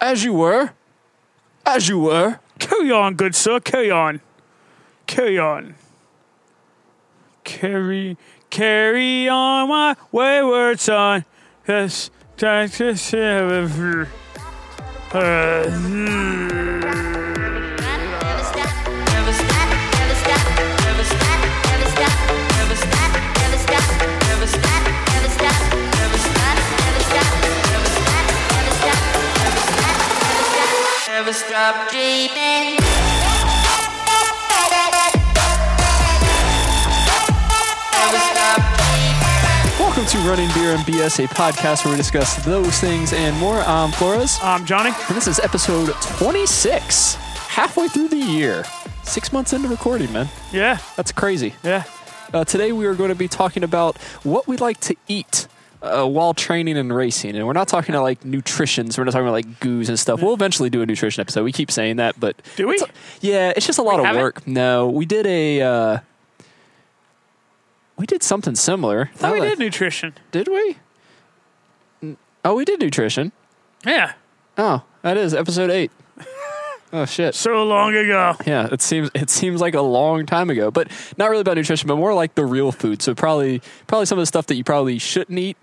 As you were. As you were. Carry on, good sir. Carry on. Carry on. Carry, carry on my wayward son. Yes, thanks to serve. Uh, Never stop dreaming. Never stop Welcome to Running Beer and BS, a podcast where we discuss those things and more. I'm Flores, I'm Um, Johnny. and this is episode 26, halfway through the year. Six months into recording, man. Yeah, That's crazy. yeah. Uh, today we are going to be talking about what we like to eat uh, while training and racing, and we're not talking about like nutrition. So we're not talking about like goos and stuff. We'll eventually do a nutrition episode. We keep saying that, but Do we? it's- yeah, it's just a lot of haven't? work. No, we did a. Uh, we did something similar. Oh, we Now did that- nutrition. Did we? N- Oh, we did nutrition. Yeah, Oh, that is episode eight. oh shit. so long ago. Yeah, it seems it seems like a long time ago, but not really about nutrition, but more like the real food. So probably probably some of the stuff that you probably shouldn't eat,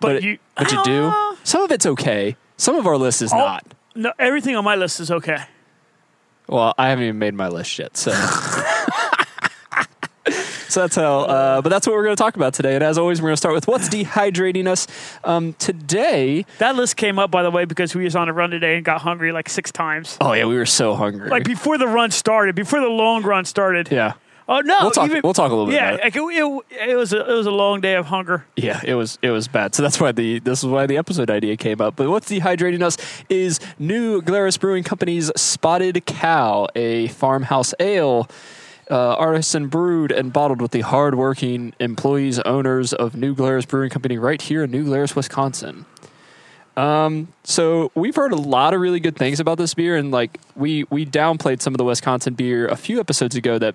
But, it- you, but you do. Ah. Some of it's okay. Some of our list is All- not. Oh, No, everything on my list is okay. Well, I haven't even made my list yet, so. So that's how, uh, but that's what we're going to talk about today. And as always, we're going to start with what's dehydrating us. Um, today, That list came up, by the way, because we was on a run today and got hungry like six times. oh yeah, we were so hungry. Like before the run started, before the long run started. yeah, Oh no! we'll talk. even- we'll talk a little bit. yeah, about it. like it, it, it was a, it was a long day of hunger. Yeah, it was it was bad. So that's why the this is why the episode idea came up. But what's dehydrating us is new Glarus Brewing Company's Spotted Cow, a farmhouse ale. Uh, artisan brewed and bottled with the hardworking employees, owners of New Glarus Brewing Company, right here in New Glarus, Wisconsin. Um, so we've heard a lot of really good things about this beer, and like we we downplayed some of the Wisconsin beer a few episodes ago that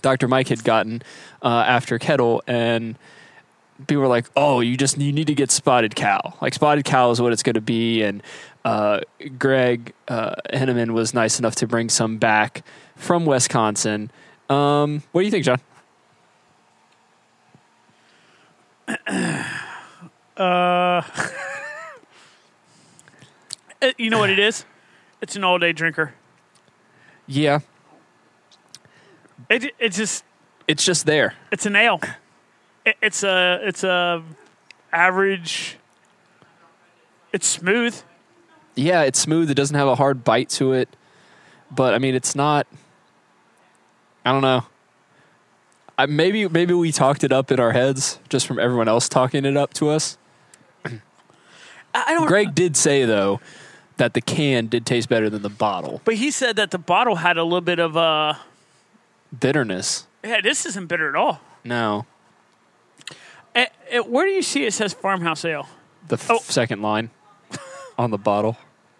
Dr. Mike had gotten uh, after Kettle, and people were like, "Oh, you just you need to get Spotted Cow. Like Spotted Cow is what it's going to be." And uh, Greg uh, Henneman was nice enough to bring some back from Wisconsin. Um, what do you think, John? It- Uh, you know what it is? It's an all day drinker. Yeah, It, it's just it's just there. it's an ale. It, it's a it's a average. It's smooth. Yeah, it's smooth. It doesn't have a hard bite to it, but I mean, it's not. I don't know. I, maybe maybe we talked it up in our heads just from everyone else talking it up to us. I, I don't. Greg did say though that the can did taste better than the bottle. But he said that the bottle had a little bit of uh. Bitterness. Yeah, this isn't bitter at all. No. Eh, eh, where do you see it says farmhouse ale? The f- Oh. second line on the bottle.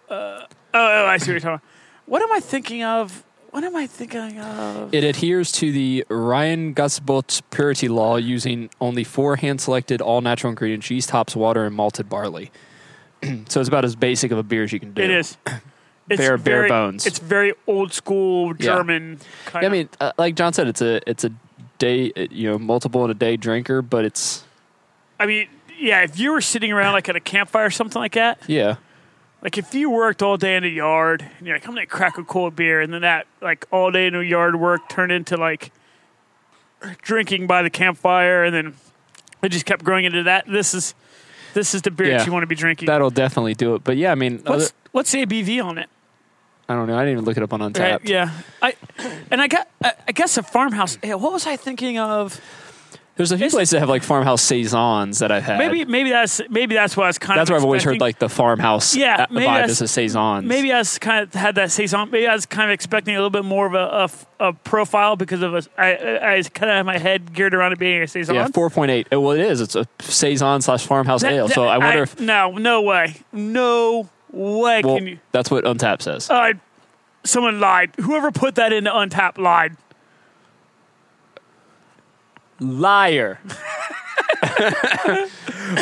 Oh, oh, I see what you're talking about. What am I thinking of? What am I thinking of? It adheres to the Ryan Gasbot purity law using only four hand selected all natural ingredients yeast, hops, water, and malted barley. so it's about as basic of a beer as you can do. It is. It's Bare- bare very- bones. It's very old school German. Kind I of- mean, uh, like John said, it's a it's a day, uh, you know, multiple in a day drinker, but it's, I mean, yeah. If you were sitting around like at a campfire or something like that, yeah. like if you worked all day in the yard and you're like, I'm gonna crack a cold beer, and then that like all day in the yard work turned into like drinking by the campfire, and then it just kept growing into that. This is this is the beer Yeah. that you want to be drinking. That'll definitely do it. But yeah, I mean, other, what's what's the ABV on it? I don't know. I didn't even look it up on Right, Untapped. yeah, I and I got I, I guess a farmhouse. ale. what was I thinking of? There's a few It's- places that have like farmhouse saisons that I've had. Maybe maybe that's maybe that's what I was kind that's of. where I've always heard expecting. like the farmhouse Yeah, uh, maybe vibe that's- is a saison. maybe I was kind of had that saison. Maybe I was kind of expecting a little bit more of a, a f- a profile because of a, I, I I was kind of had my head geared around it being a saison. Yeah, four point eight. Oh, Well, it is. It's a saison slash farmhouse That- ale. that- So I wonder if no no way no way well, can you that's what Untap says. uh, someone lied whoever put that into untap lied Liar.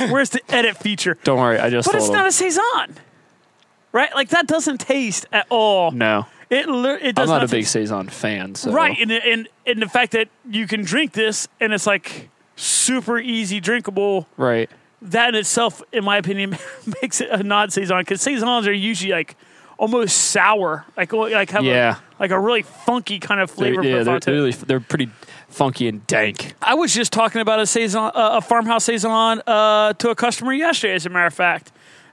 Where's the edit feature? Don't worry, I just But told it's him. not a saison, right? Like that doesn't taste at all. no, It lir- it I'm does not a big taste- saison fan. So right, and, and and the fact that you can drink this and it's like super easy drinkable. right. That in itself, in my opinion, makes it a non saison because saisons are usually like almost sour, like oh, like have Yeah. a, like a really funky kind of They're, flavor yeah, profile. to they're, it. they're really they're pretty funky and dank. I was just talking about a saison, uh, a farmhouse saison, uh, to a customer yesterday, as a matter of fact,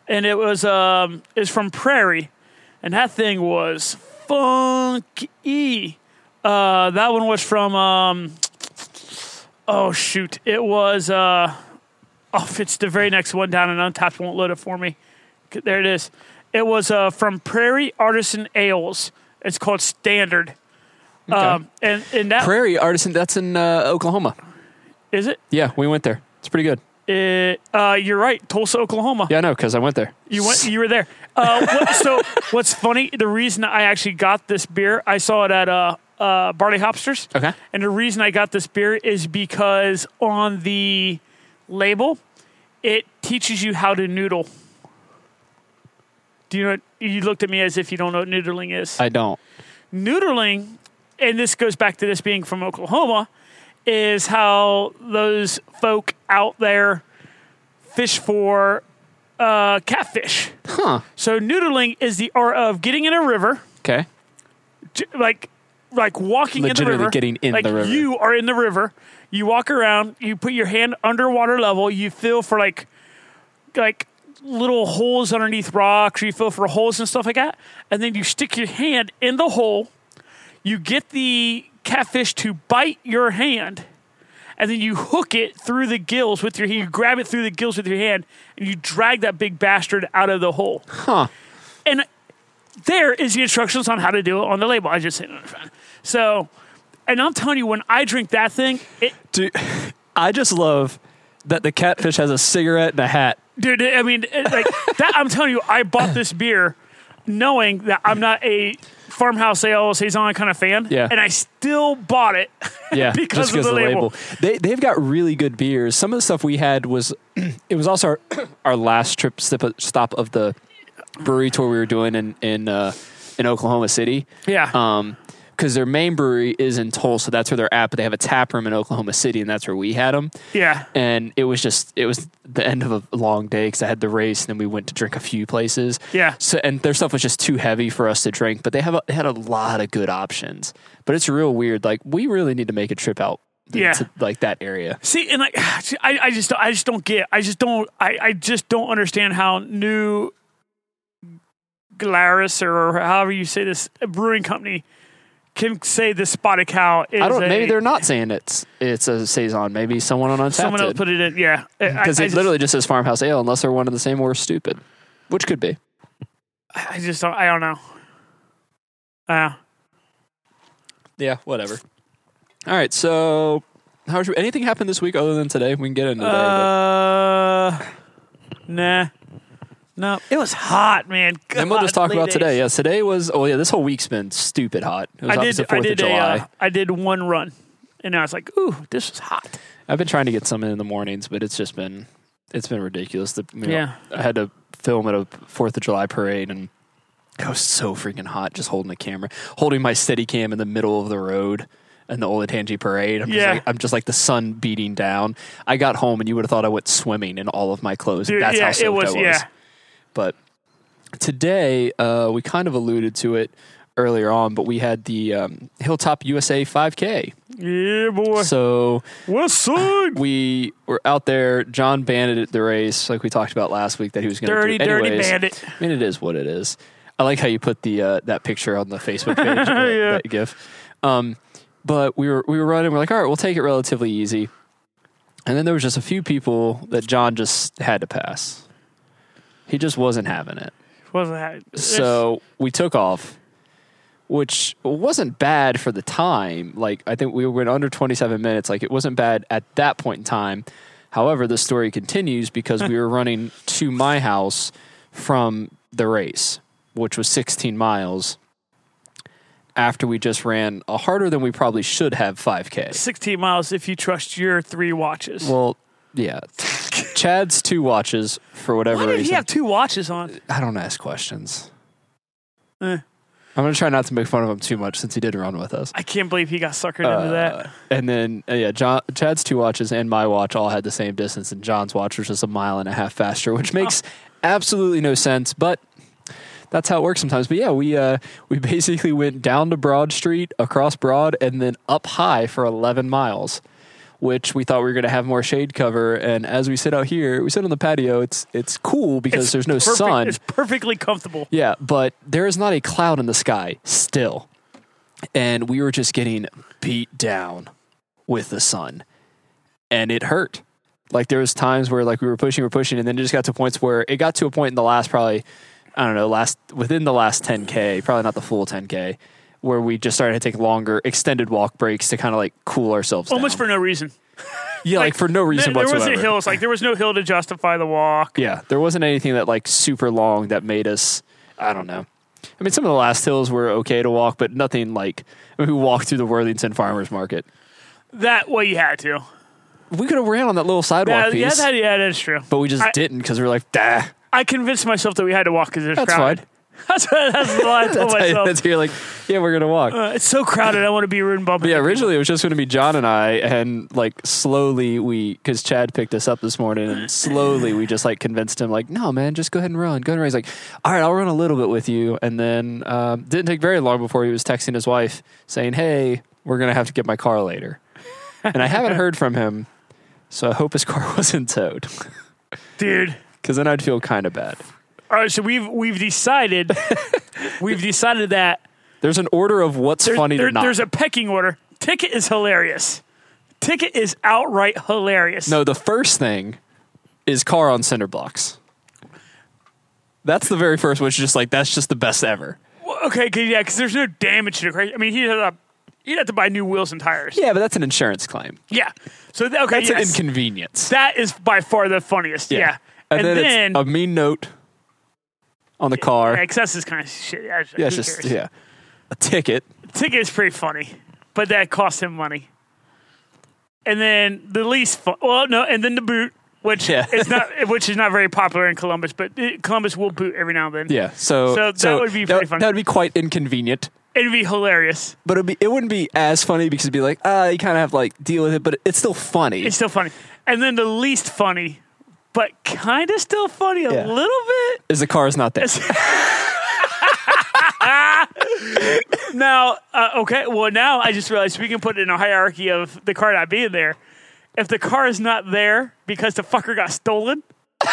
and it was um, is from Prairie, and that thing was funky. Uh, that one was from um, oh shoot, it was uh, oh it's the very next one down, and Untapped won't load it for me. Okay, There it is. It was uh, from Prairie Artisan Ales. It's called Standard. Um, and and that is Prairie Artisan, that's in uh, Oklahoma. it. Yeah, we went there. It's pretty good. It, uh, you're right, Tulsa, Oklahoma. Yeah, I know because I went there. You went, you were there. Uh, what, so what's funny? The reason I actually got this beer, I saw it at uh, uh, Barley Hopsters, Okay. and the reason I got this beer is because on the label, it teaches you how to noodle. Do you know? What, you looked at me as if you don't know what noodling is I don't. noodling, and this goes back to this being from Oklahoma, is how those folk out there fish for uh, catfish. Huh. So noodling is the art of getting in a river, Okay. j- like like walking in the Legitimately river, getting in like the river. You are in the river. You walk around. You put your hand underwater level. You feel for like like little holes underneath rocks. You feel for holes and stuff like that. And then you stick your hand in the hole. You get the catfish to bite your hand. And then you hook it through the gills with your You grab it through the gills with your hand, and you drag that big bastard out of the hole Huh. and there is the instructions on how to do it on the label. I just said so, and I'm telling you, when I drink that thing, it, Dude, I just love that the catfish has a cigarette and a hat. dude. I mean, it, like that. I'm telling you, I bought this beer knowing that I'm not a farmhouse ale saison kind of fan, Yeah. and I still bought it. Yeah, Because just of because the of the label. label. They they've got really good beers. Some of the stuff we had was it was also our, our last trip sip stop of the brewery tour we were doing in in uh, in Oklahoma City. Yeah. Um, because their main brewery is in Tulsa, that's where they're at. But they have a tap room in Oklahoma City, and that's where we had them. yeah, And it was just it was the end of a long day because I had the race, and then we went to drink a few places. Yeah. So and their stuff was just too heavy for us to drink, but they have a, they had a lot of good options. But it's real weird. Like we really need to make a trip out. th- Yeah. To, like that area. See, and like, see, I, I just, I just don't get. I just don't. I, I just don't understand how new Glarus or however you say this brewing company can say this spotted cow is. I don't. a- maybe they're not saying it's it's a saison. Maybe someone on someone else Untapped put it in. Yeah, because I, it literally just says farmhouse ale, unless they're one of the same or stupid, which could be. Just, I just don't. I don't know. Uh, Yeah, whatever. All right, so how should, anything happened this week other than today? We can get into that. uh, nah, no. It was hot, man. but- And we'll just talk Godly about days. today. Yeah, today was. Oh yeah, this whole week's been stupid hot. It was I obviously did. I Fourth of did. A, July. uh, I did one run, and I was like, "Ooh, this is hot." I've been trying to get some in the mornings, but it's just been it's been ridiculous. The, you know, Yeah. I had to film at a Fourth of July parade, and it was so freaking hot just holding the camera, holding my steady cam in the middle of the road and the Olentangy parade. I'm just Yeah. like I'm just like the sun beating down. I got home and you would have thought I went swimming in all of my clothes. Dude, That's yeah, how soaked it was. I was. Yeah, But today, uh, we kind of alluded to it earlier on, but we had the um, Hilltop USA 5K. yeah, boy. So What's up? we were out there. John banded at the race, like we talked about last week, that he was going to Dirty, do dirty anyways. bandit. I mean, it is what it is. I like how you put the uh, that picture on the Facebook page, that, that GIF. Um, but we were we were running. We're like, all right, we'll take it relatively easy. And then there was just a few people that John just had to pass. He just wasn't having it. Wasn't that So we took off, which wasn't bad for the time. Like I think we went under 27 minutes. Like it wasn't bad at that point in time. However, the story continues because we were running to my house from the race, which was 16 miles. after we just ran a harder than we probably should have 5K. 16 miles if you trust your three watches. Well, yeah. Chad's two watches for whatever Why did reason. he have two watches on? I don't ask questions. Eh. I'm going to try not to make fun of him too much since he did run with us. I can't believe he got suckered into Uh, that. And then, uh, yeah, John, Chad's two watches and my watch all had the same distance, and John's watch was just a mile and a half faster, which makes absolutely no sense, but that's how it works sometimes. But yeah, we uh, we basically went down to Broad Street, across Broad, and then up high for 11 miles. Which we thought we were going to have more shade cover, and as we sit out here, we sit on the patio. It's it's cool because It's there's no perfect- sun. It's perfectly comfortable. Yeah, but there is not a cloud in the sky still. And we were just getting beat down with the sun. And it hurt. Like there was times where like we were pushing, we were pushing, and then it just got to points where it got to a point in the last probably I don't know, last within the last ten K, probably not the full ten K, where we just started to take longer extended walk breaks to kind of like cool ourselves Almost down. for no reason. yeah, like, for no reason There, there whatsoever. wasn't hills. Like there was no hill to justify the walk. yeah, there wasn't anything that like super long that made us. I don't know. I mean, some of the last hills were okay to walk, but nothing like I mean, we walked through the Worthington Farmers Market. That well, you had to. We could have ran on that little sidewalk Yeah, yeah, piece, that, yeah, that's true. but we just I- didn't because we were like, "Dah, I convinced myself that we had to walk because there's that's crowded. fine." That's what, that's what I told That's how, myself. that's how you're like, "Yeah, we're gonna walk." Uh, it's so crowded. I want to be rude and bumping. yeah, originally it was just going to be John and I, and like slowly we, because Chad picked us up this morning, and slowly we just like convinced him, like, no, man, just go ahead and run, go ahead and run. He's like, all right, I'll run a little bit with you, and then um, didn't take very long before he was texting his wife saying, hey, we're gonna have to get my car later, and I haven't heard from him, so I hope his car wasn't towed, dude. because then I'd feel kind of bad. All right, so we've we've decided we've decided that There's an order of what's there's, funny there- to not. there's a pecking order. Ticket is hilarious. Ticket is outright hilarious. No, the first thing is car on cinder blocks. That's the very first one. It's just like that's just the best ever. Well, okay, cause, yeah, because there's no damage to the crash. I mean, he'd have to, he'd have to buy new wheels and tires. Yeah, but that's an insurance claim. Yeah. So th- okay, That's yes. an inconvenience. that is by far the funniest. Yeah. And, then, it's a mean note on the car. yeah, excess is kind of shit. Yeah, yeah, who it's just cares? yeah. A ticket. Ticket is pretty funny, but that cost him money. And then the least fun. Well, no, and then the boot, which Yeah. is not, which is not very popular in Columbus, but uh, Columbus will boot every now and then. Yeah. So, So that would be that, pretty funny. That would be quite inconvenient. It'd be hilarious. But it'd be, it wouldn't be as funny because it'd be like, ah, you kind of have to like deal with it, but it's still funny. It's still funny. And then the least funny, but kind of still funny a Yeah. little bit. is the car is not there. Now, uh, okay, well, now I just realized we can put it in a hierarchy of the car not being there. If the car is not there because the fucker got stolen,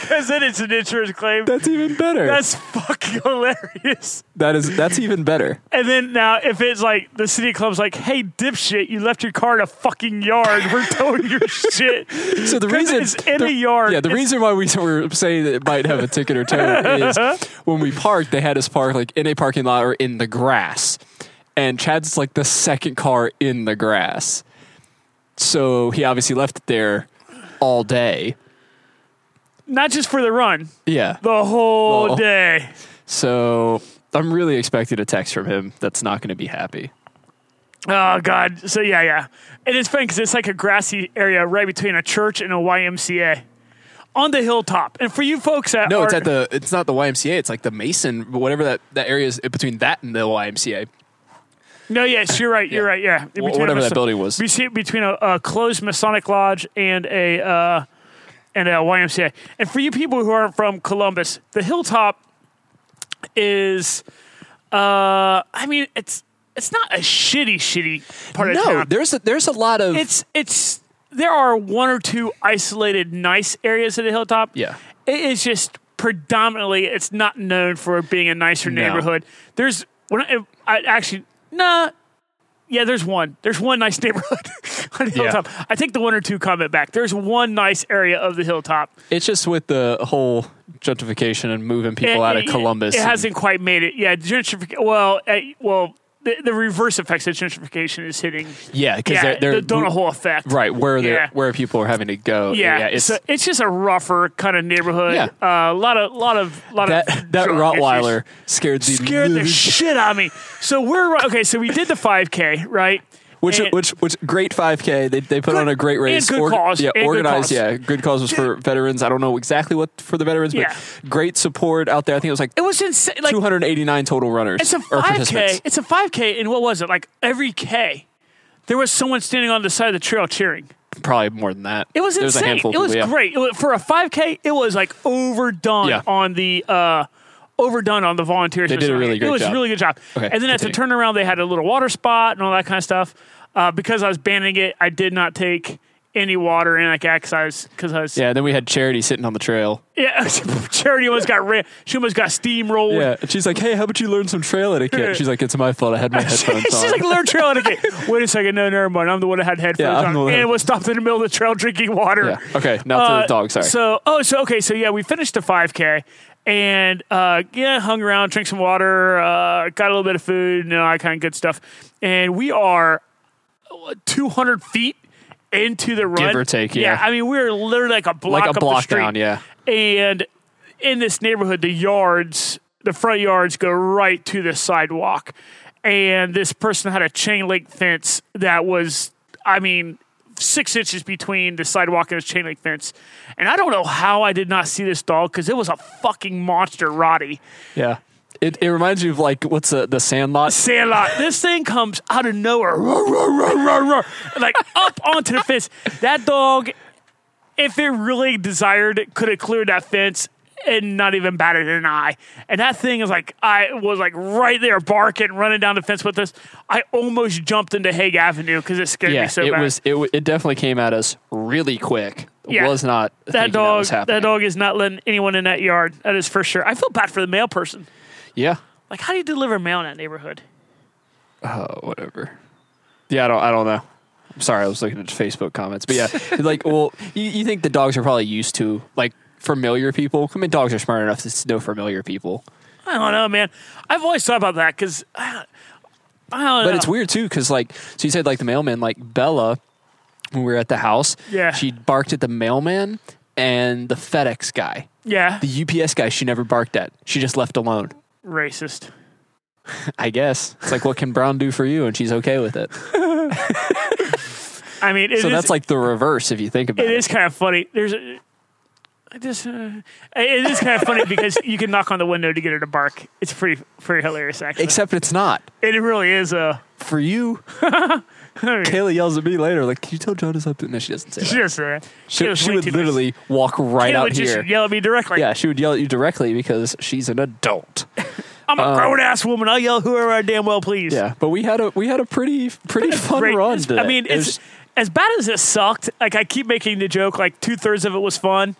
because then it's an insurance claim. That's even better. That's fucking hilarious. that is that's even better. And then now, if it's like the city club's like, "Hey, dipshit, you left your car in a fucking yard. We're towing your shit." So the 'Cause reason it's in the, a yard. Yeah, the It's- reason why we were saying that it might have a ticket or tow is Uh-huh. when we parked, they had us park like in a parking lot or in the grass, and Chad's like the second car in the grass, so he obviously left it there all day. Not just for the run, Yeah, the whole Oh. day. so I'm really expecting a text from him that's not going to be happy. Oh God! So yeah, yeah, and it's funny because it's like a grassy area right between a church and a YMCA on the hilltop. And for you folks that No, are, it's at the it's not the YMCA. It's like the Mason, whatever that that area is between that and the YMCA. no, yes, you're right, you're Yeah. right, yeah, Wh- whatever that building was. We see it between a, a closed Masonic lodge and a uh, and a YMCA. And for you people who aren't from Columbus, the hilltop is, uh, I mean, it's it's not a shitty, shitty part of No, town. there's a, there's a lot of it's it's there are one or two isolated nice areas of the hilltop. Yeah. It is just predominantly it's not known for being a nicer No. neighborhood. There's when I, I actually nah yeah, there's one. There's one nice neighborhood on the Yeah. hilltop. I take the one or two comment back. There's one nice area of the hilltop. It's just with the whole gentrification and moving people It- out of it- Columbus. It, and- hasn't quite made it. Yeah, gentrification. Well, eh, well, the, the reverse effects of gentrification is hitting. Yeah, because Yeah, they're, the they're Donahoe effect. right where Yeah. they're where people are having to go. Yeah, it's it's so it's just a rougher kind of neighborhood. uh, a lot of lot of lot that of that uh, drug Rottweiler scared the issues. scared the living- shit out of me. So we're okay. So we did the 5K, right? which And- which which great 5K they they put Good- on a great and race. good cause, Yeah, and good organized. cause. Yeah, good cause was for veterans. I don't know exactly what for the veterans, but Yeah. great support out there. I think it was like It was insane. Like 289 total runners it's a or 5K. participants. It's a 5K, and what was it like? Every K, there was someone standing on the side of the trail cheering. Probably more than that. It was There a insane. handful of it was people, yeah. great. It was, for a 5K, it was like overdone Yeah. on the uh, overdone on the volunteers. They did a really It great was job. really good job. Okay, and then at the continue. turnaround, they had a little water spot and all that kind of stuff. Uh, because I was banning it, I did not take any water and like exercise because I was yeah. Yeah, then we had Charity sitting on the trail. Charity almost got ran. She almost got steamrolled. Yeah, and she's like, "Hey, how about you learn some trail etiquette?" She's like, "It's my fault. I had my headphones She's on." like, learn trail etiquette. Wait a second, no, never mind. I'm the one that had Yeah, headphones I'm the on one that- and was stopped in the middle of the trail drinking water. yeah. Okay, now to Uh, the dog. Sorry. So, oh, so okay, so yeah, we finished the 5K, and uh, yeah, hung around, drank some water, uh, got a little bit of food, and all that kind of good stuff. And we are uh, 200 feet into the run, or take, yeah. I mean, we're literally like a block, like a up the block street. down. Yeah. And in this neighborhood, the yards, the front yards go right to the sidewalk. And this person had a chain link fence that was, I mean, six inches between the sidewalk and his chain link fence. And I don't know how I did not see this dog because it was a fucking monster, Roddy. Yeah. It, it reminds me of like what's the the Sandlot Sandlot. This thing comes out of nowhere, roar, roar, roar, roar, roar, like up onto the fence. That dog, if it really desired, could have cleared that fence and not even batted an eye. And that thing is like I was like right there barking, running down the fence with us. I almost jumped into Hague Avenue because it scared yeah, me so it bad. was it, w- it definitely came at us really quick. Yeah. Was not that thinking that dog. was That, happening. dog is not letting anyone in that yard. That is for sure. I feel bad for the mail person. Yeah. Like, how do you deliver mail in that neighborhood? Oh, whatever. Yeah, I don't I don't know. I'm sorry, I was looking at Facebook comments, but yeah, like well, you, you think the dogs are probably used to like familiar people. I mean, dogs are smart enough to know familiar people, I don't know, man. I've always thought about that because I don't, I don't but know. it's weird too because like so you said like the mailman like Bella when we were at the house, Yeah. she barked at the mailman and the FedEx guy. yeah, The UPS guy she never barked at. She just left alone. racist. I guess. It's like, what can Brown do for you? And she's okay with it. I mean, it is So that's like the reverse if you think about it it. is kind of funny. There's a, I just uh, it is kind of funny because you can knock on the window to get her to bark. It's pretty pretty hilarious actually. Except it's not. it really is uh For you, Kayla yells at me later, like, can you tell Jonas I'm doing-" No, she doesn't say that. just uh, She, was she way would too nice. literally walk right Kayla out would just here. yell at me directly. Yeah, she would yell at you directly because she's an adult. I'm a grown ass woman. I'll yell whoever I damn well please. um, Yeah, but we had a we had a pretty pretty fun Great. run. It's- today. I mean, It was- it's as bad as it sucked. Like I keep making the joke, like two thirds of it was fun.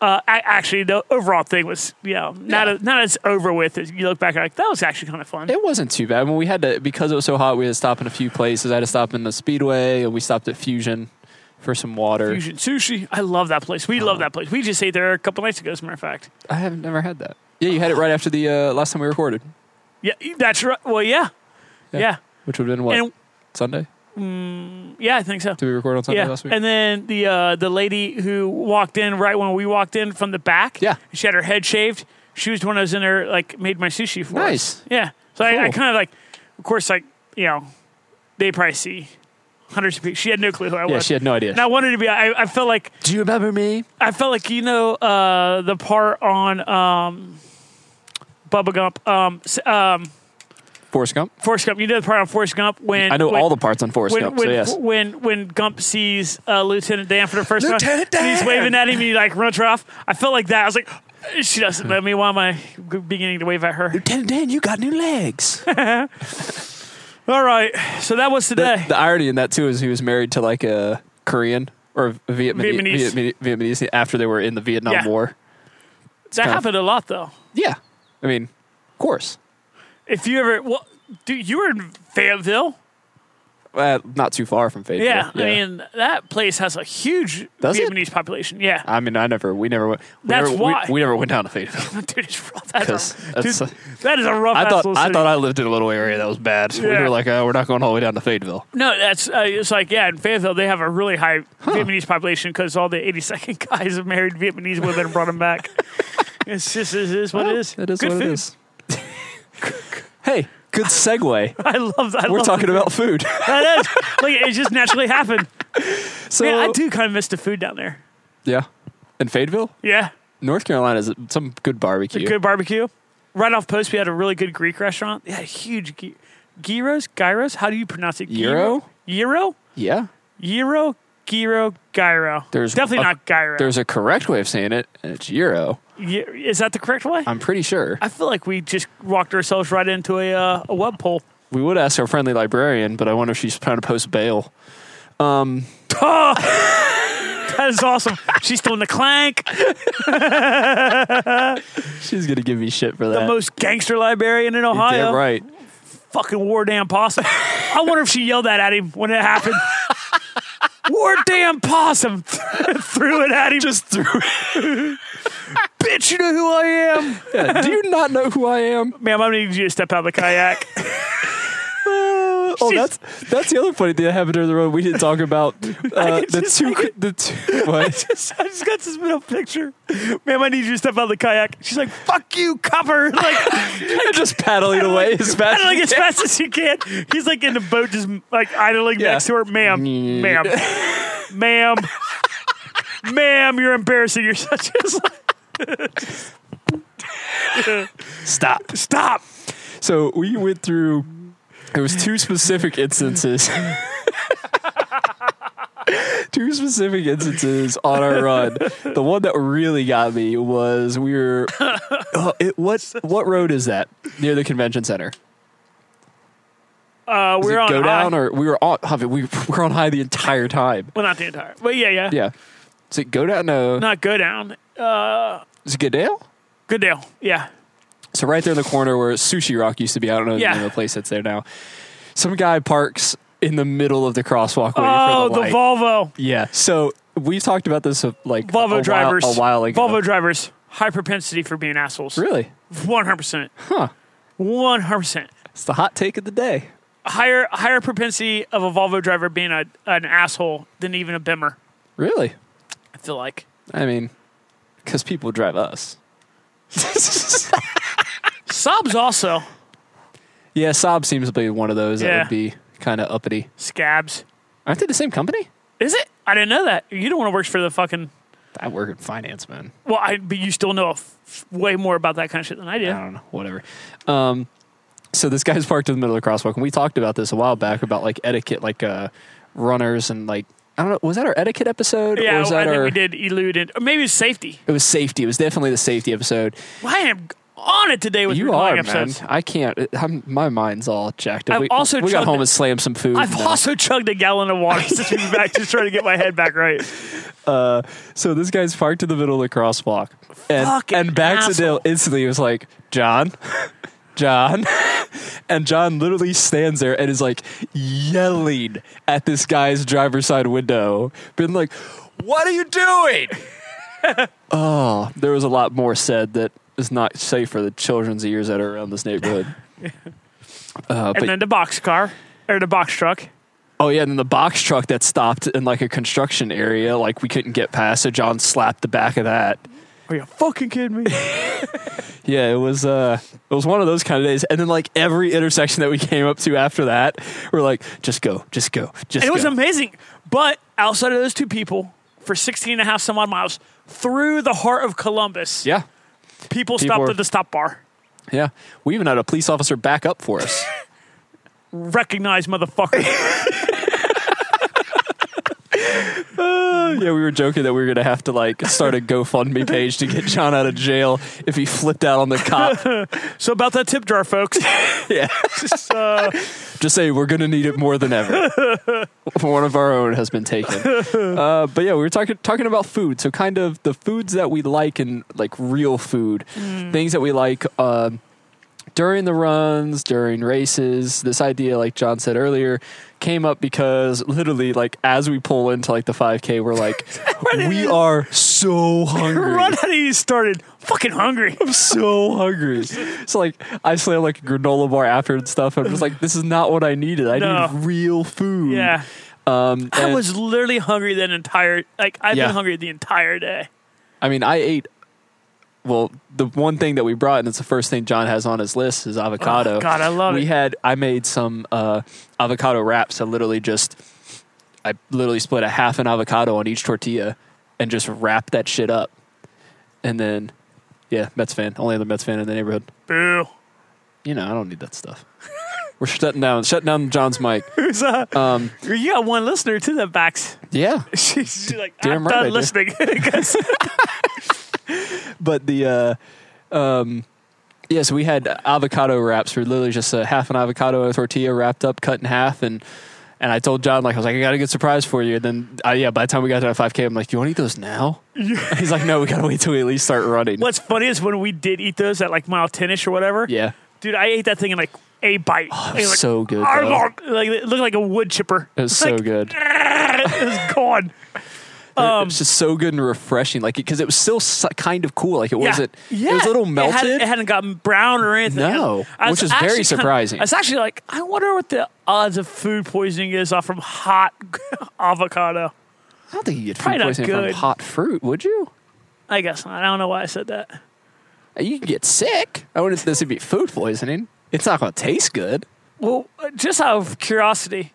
Uh, I, actually, the overall thing was, you know, not Yeah. as, not as over with. As you look back, and like that was actually kind of fun. It wasn't too bad. I mean, we had to because it was so hot. We had to stop in a few places. I had to stop in the Speedway, and we stopped at Fusion for some water. Fusion sushi, I love that place. Oh. We love that place. We just ate there a couple nights ago, as a matter of fact. I haven't never had that. Yeah, you had it right after the uh, last time we recorded, Yeah, that's right. Well, yeah, Yeah. yeah, which would have been what And- Sunday. yeah, I think so. Did we record on Sunday Yeah, last week? and then the uh, the lady who walked in right when we walked in from the back. Yeah. she had her head shaved. She was the one that was in there, like made my sushi for us. Nice. Yeah. So I, I Cool. kind of like, of course, like you know, they probably see hundreds of people. She had no clue who I yeah, was. she had no idea. and I wanted to be. I, I felt like Do you remember me? I felt like you know uh, the part on um, Bubba Gump, um, s- um, Forrest Gump. Forrest Gump. You know the part on Forrest Gump when I know when- all the parts on Forrest when, Gump. when, so yes, when when Gump sees uh, Lieutenant Dan for the first Lieutenant time, and he's Dan! waving at him, and he like runs her off. I felt like that. I was like, she doesn't know me. Why am I g- beginning to wave at her? Lieutenant Dan, you got new legs. All right, so that was today. the, the irony in that too is he was married to like a Korean or Vietnamese, Vietnamese. Vietnamese, Vietnamese after they were in the Vietnam Yeah. War. that kind of- happened a lot, though. Yeah, I mean, of course. If you ever, well, dude, you were in Fayetteville. uh, not too far from Fayetteville. Yeah, I mean that place has a huge Does it? Vietnamese population. Yeah, I mean, I never, we never went. We That's never, we- why. we, never went down to Fayetteville. dude, it's rough. That's 'Cause a, that's dude, that is a rough. I ass thought, little I city. thought I lived in a little area that was bad. We Yeah. were like, uh, we're not going all the way down to Fayetteville. no, that's uh, it's like yeah, in Fayetteville they have a really high Vietnamese population because all the 82nd guys have married Vietnamese women and brought them back. It's just it is what it is. That is Good what food. it is. hey, good segue. I love that. I We're love talking the- about food. that is like it just naturally happened. so Man, I do kind of miss the food down there. Yeah. In Fayetteville, Yeah, North Carolina is some good barbecue. good barbecue. Right off post, we had a really good Greek restaurant. They had a huge gy- gyros, gyros. How do you pronounce it? Gyro? gyro, yeah. gyro, gyro, gyro. There's definitely a- not gyro. There's a correct way of saying it, and it's euro. Ye- Is that the correct way? I'm pretty sure. I feel like we just walked ourselves right into a uh, a web poll. We would ask our friendly librarian, but I wonder if she's trying to post bail. That is awesome. She's still in the clank. She's gonna give me shit for that. The most gangster librarian in You're Ohio. damn right. Fucking war damn possum. I wonder if she yelled that at him when it happened. war damn possum. Threw it at him. Just threw. bitch, you know who I am. Yeah, Do you not know who I am? Ma'am, I need you to step out of the kayak. Uh, oh, She's- that's that's the other funny thing that happened during the road. We didn't talk about uh, can the just two make it- the two. What? I just got this little picture. Ma'am, I need you to step out of the kayak. She's like, fuck you, copper. Like, just paddling away as fast. paddling as fast as you can. He's like in the boat, just like idling Yeah. next to her. Ma'am, Mm. ma'am, ma'am, ma'am, you're embarrassing yourself. Just like, Stop. stop. So we went through. There was two specific instances. two specific instances on our run. The one that really got me was we were. Oh, it, what what road is that near the convention center? Uh, Does we're it on go high. down or we were on I mean, we were on high the entire time. well, not the entire, but yeah, yeah, Yeah. Does it go down? No. Not go down. Uh, Is it Goodale? good deal. Yeah. So right there in the corner where Sushi Rock used to be, I don't know the Yeah. name of the place that's there now. Some guy parks in the middle of the crosswalk waiting Oh, for the the light. Volvo. yeah. So we've talked about this uh, like a Volvo while- drivers. a while ago. Volvo drivers. High propensity for being assholes. really? One hundred percent. Huh. One hundred percent. It's the hot take of the day. Higher higher propensity of a Volvo driver being a, an asshole than even a bimmer. Really? I feel like. I mean, because people drive us. Sob's also yeah, Saab seems to be one of those that Yeah. would be kind of uppity. scabs. Aren't they the same company? Is it? I didn't know that. You don't want to work for the fucking. I work in finance, man. Well, I but you still know f- way more about that kind of shit than I do. I don't know, whatever. Um, so this guy's parked in the middle of the crosswalk, and we talked about this a while back about like etiquette, like uh, runners and like I don't know. Was that our etiquette episode? or Yeah, was I that think our? we did elude and or maybe it's safety. It was safety. It was definitely the safety episode. Well, I am on it today with you recording are episodes. man. I can't. I'm, my mind's all jacked up. I've we, also we got chugged- home and slammed some food. I've and, uh, also chugged a gallon of water since we've been back, just trying to get my head back right. So this guy's parked in the middle of the crosswalk, and Fucking and Baxendale asshole. instantly was like, "John, John," and John literally stands there and is like yelling at this guy's driver's side window, been like, "What are you doing?" oh, there was a lot more said that is not safe for the children's ears that are around this neighborhood. Uh, but, and then the box car or the box truck. oh yeah, and then the box truck that stopped in like a construction area, like we couldn't get past, so John slapped the back of that. Are you fucking kidding me? Yeah, it was uh it was one of those kind of days. And then like every intersection that we came up to after that, we're like, just go, just go, just it was go. amazing. But outside of those two people, for 16 and a half some odd miles through the heart of Columbus, yeah. people, People stopped were- at the stop bar. Yeah. We even had a police officer back up for us. Recognize motherfucker. yeah, we were joking that we were gonna have to like start a GoFundMe page to get John out of jail if he flipped out on the cop. so about that tip jar, folks. yeah. Just, uh, Just say we're gonna need it more than ever. One of our own has been taken. Uh, but yeah, we were talking talking about food. So kind of Mm. the foods that we like and like real food, things that we like. um during the runs, during races, this idea, like John said earlier, came up because literally, like as we pull into like the 5K, we're like, we are so hungry. Mm. Run out of you started fucking hungry. I'm so hungry. So like I slammed like a granola bar after and stuff. And I'm just like, this is not what I needed. I No. need real food. Yeah. Um, I and- was literally hungry that entire like I've Yeah. been hungry the entire day. I mean, I ate. Well, the one thing that we brought, and it's the first thing John has on his list, is avocado. Oh, God, I love we it. had. I made some uh, avocado wraps. I literally just, I literally split a half an avocado on each tortilla, and just wrapped that shit up. And then, yeah, Mets fan, only other Mets fan in the neighborhood. Boo. You know, I don't need that stuff. We're shutting down, shutting down John's mic. Who's uh, Um, you got one listener to that backs. yeah, She's, she's like, Damn I'm right I do. done listening. 'Cause- but the uh um yeah, so we had avocado wraps. We literally just a half an avocado and a tortilla wrapped up, cut in half, and and I told John like I was like I got a good surprise for you. And then uh, yeah, by the time we got to that five k, I'm like, do you want to eat those now? He's like, no, we gotta wait till we at least start running. What's funny is when we did eat those at like mile ten ish or whatever. Yeah, Dude, I ate that thing in like a bite. Oh, was so good, though. Like it looked like a wood chipper. it was so good. it was gone. um, it was just so good and refreshing, like because it was still so, kind of cool. Like it Yeah. wasn't. Yeah. It was a little melted. It, had, it hadn't gotten brown or anything. No, I was which is very actually kinda- surprising. I was actually like, I wonder what the odds of food poisoning is off from hot avocado. I don't think you get probably food not poisoning from good. hot fruit, would you? I guess not. I don't know why I said that. You could get sick. I wouldn't. This would be food poisoning. It's not going to taste good. Well, uh, just out of curiosity,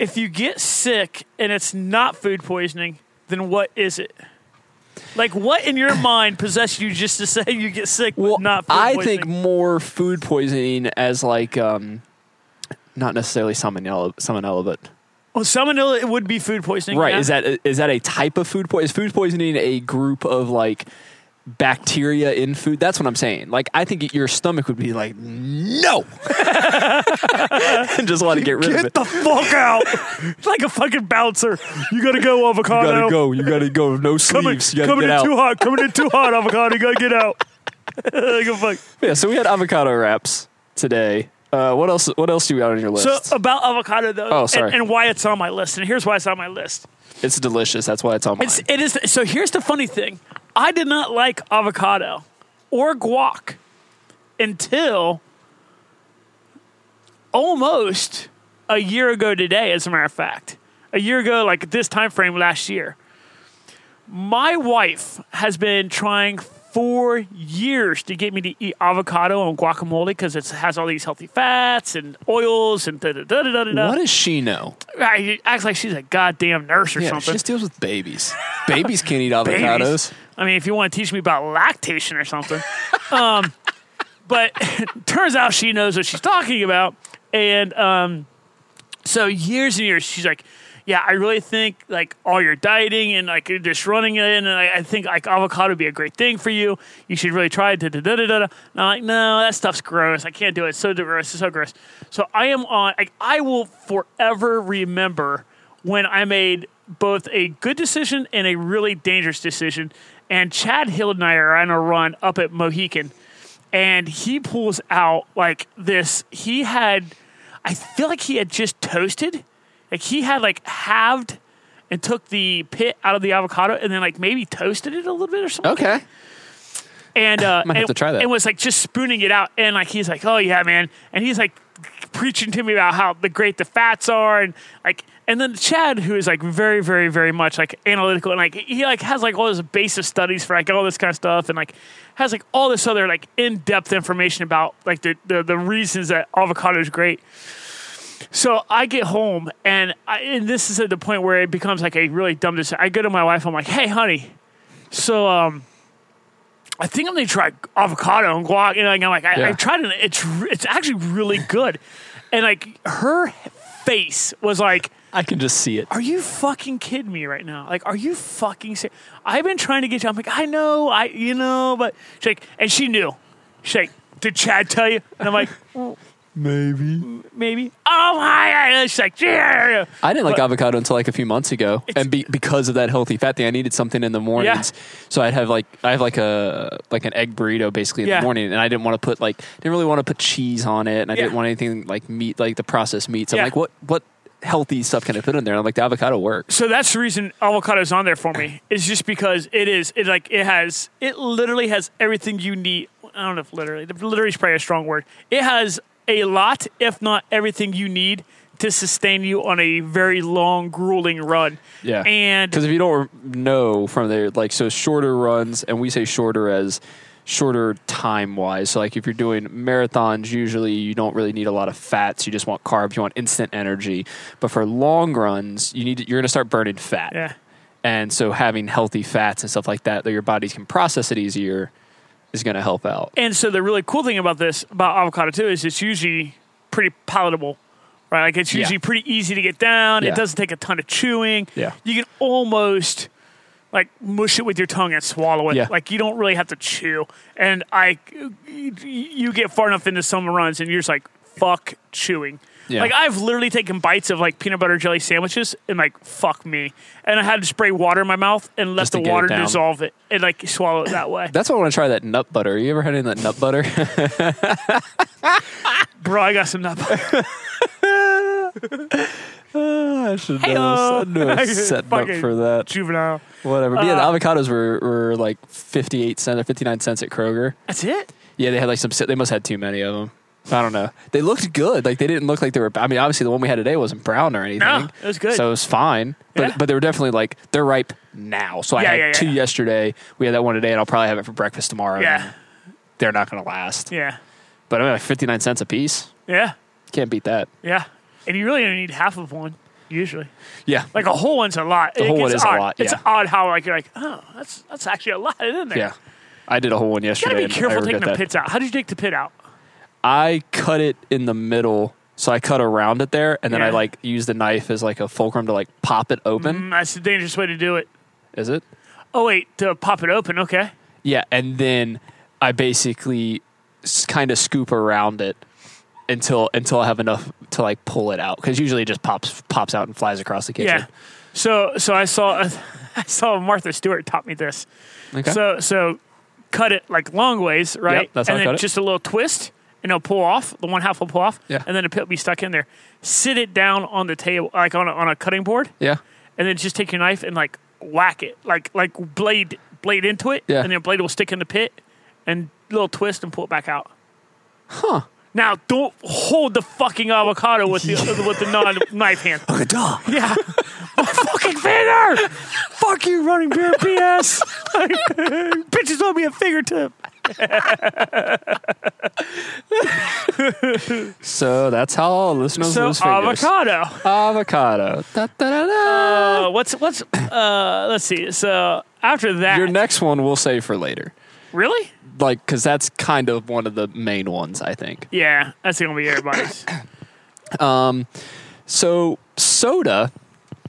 if you get sick and it's not food poisoning, then what is it? Like, what in your mind possessed you just to say you get sick, but Well, not food I poisoning? think more food poisoning as like um, not necessarily salmonella, salmonella, but well, salmonella it would be food poisoning. right yeah? is that is that a type of food poisoning? Is food poisoning a group of like bacteria in food? That's what I'm saying. Like I think your stomach would be like no, and just want to get rid of Get it. the fuck out! It's like a fucking bouncer. You gotta go, you avocado. gotta go. You gotta go. Coming, No sleeves. you gotta coming get in out. too hot. Coming in too hot, avocado. You gotta get out. like a fuck. Yeah. So we had avocado wraps today. Uh, what else? What else do you got on your So uh, list? about avocado though, Oh, sorry. And, and why it's on my list. And here's why it's on my list. it's delicious. That's why it's on mine. It's, it is. So here's the funny thing. I did not like avocado or guac until almost a year ago today. As a matter of fact, a year ago, like this time frame last year, my wife has been trying for years to get me to eat avocado and guacamole because it has all these healthy fats and oils and da da da da da da. what does she know? I act like she's a goddamn nurse or Yeah, something. she just deals with babies. babies can't eat avocados. babies. I mean, if you want to teach me about lactation or something. um, but turns out she knows what she's talking about. And um, so years and years, she's like, yeah, I really think like all your dieting and like you're just running it in, and I, I think like avocado would be a great thing for you. You should really try it. Da, da, da, da, da. And I'm like, no, that stuff's gross. I can't do it. It's so gross. It's so gross. So I am on. Like, I will forever remember when I made both a good decision and a really dangerous decision. And Chad Hill and I are on a run up at Mohican, and he pulls out like this. He had, I feel like he had just toasted, like he had like halved and took the pit out of the avocado and then like maybe toasted it a little bit or something Okay. and uh, Might have and, to try that. and was like just spooning it out, and like he's like, oh yeah, man, and he's like preaching to me about how the great the fats are, and like, and then Chad, who is like very, very, very much like analytical, and like he like has like all this base of studies for like all this kind of stuff, and like has like all this other like in depth information about like the, the the reasons that avocado is great. So I get home, and I, and this is at the point where it becomes like a really dumb decision. I go to my wife. I'm like, "Hey, honey, so um, I think I'm gonna try avocado and guac." And like, I'm like, I, Yeah. "I tried it. It's re- it's actually really good." and like her face was like, I can just see it. "Are you fucking kidding me right now? Like, are you fucking serious?" I've been trying to get you. I'm like, "I know, I you know," but she's like, and she knew. She's like, "Did Chad tell you?" And I'm like, Maybe. maybe. Oh my! God. It's like yeah. I didn't like But- avocado until like a few months ago, and be, because of that healthy fat thing, I needed something in the mornings. So I'd have like I have like a like an egg burrito basically in Yeah. the morning, and I didn't want to put like didn't really want to put cheese on it, and I didn't Yeah. want anything like meat like the processed meats. I'm Yeah. like, what what healthy stuff can I put in there? And I'm like, the avocado works. So that's the reason avocado's on there for me. It's just because it is it like it has it literally has everything you need. I don't know if literally. The literally is probably a strong word. It has a lot, if not everything you need to sustain you on a very long, grueling run. Yeah, And because if you don't know from there, like so shorter runs, and we say shorter as shorter time wise. So like if you're doing marathons, usually you don't really need a lot of fats. You just want carbs. You want instant energy. But for long runs, you need you're going to start burning fat. yeah. And so having healthy fats and stuff like that, that your body can process it easier, is going to help out. And so the really cool thing about this about avocado too is it's usually pretty palatable, right? Like it's Yeah. usually pretty easy to get down. Yeah. It doesn't take a ton of chewing. Yeah. you can almost like mush it with your tongue and swallow it. Yeah. Like you don't really have to chew. And I, you- you get far enough into some runs and you're just like fuck chewing. Yeah. Like I've literally taken bites of like peanut butter jelly sandwiches and like fuck me, and I had to spray water in my mouth and let Just to the get it water down. dissolve it and like swallow it that way. That's why I want to try that nut butter. You ever had any of that nut butter? Bro, I got some nut butter. I should know. Hey-o. I knew I was setting up Uh, Fucking for that. Juvenile. Whatever. But yeah, Uh, the avocados were, were like 58 cents or 59 cents at Kroger. That's it. Yeah, they had like some, they must have had too many of them. I don't know. They looked good. Like they didn't look like they were, I mean, obviously the one we had today wasn't brown or anything. No, it was good. So it was fine. But, Yeah. but they were definitely like, they're ripe now. So I Yeah, had yeah, yeah. two yesterday. We had that one today and I'll probably have it for breakfast tomorrow. Yeah. And They're not going to last. Yeah. But I mean, like 59 cents a piece. Yeah. Can't beat that. Yeah. And you really only need half of one usually. Yeah. Like a whole one's a lot. The whole one is a odd. lot, It's yeah. odd how like you're like, oh, that's that's actually a lot, isn't there? yeah. I did a whole one You yesterday. gotta be and I careful regret taking the that. pits out. How did you take the pit out? I cut it in the middle, so I cut around it there, and then I Yeah. like use the knife as like a fulcrum to like pop it open. Mm, that's the dangerous way to do it. Is it? Oh wait, to pop it open. Okay. Yeah, and then I basically kind of scoop around it until until I have enough to like pull it out because usually it just pops pops out and flies across the kitchen. Yeah. So so I saw I saw Martha Stewart taught me this. Okay. So so cut it like long ways, right? that's how and I then cut it. just a little twist and it'll pull off. The one half will pull off. Yeah. And then the pit will be stuck in there. Sit it down on the table like on a on a cutting board yeah. and then just take your knife and like whack it. Like like blade blade into it. Yeah. And then blade will stick in the pit and little twist and pull it back out. Huh. Now don't hold the fucking avocado with the with the non knife hand. Like a dog. Yeah. My fucking finger! Fuck you, running beer PS! Bitches owe me a fingertip. So that's how listeners So lose fingers. avocado. Avocado. Da, da, da, da. Uh, what's what's uh let's see. So after that Your next one we'll save for later, Really? like because that's kind of one of the main ones I think. Yeah, that's gonna be everybody's. So soda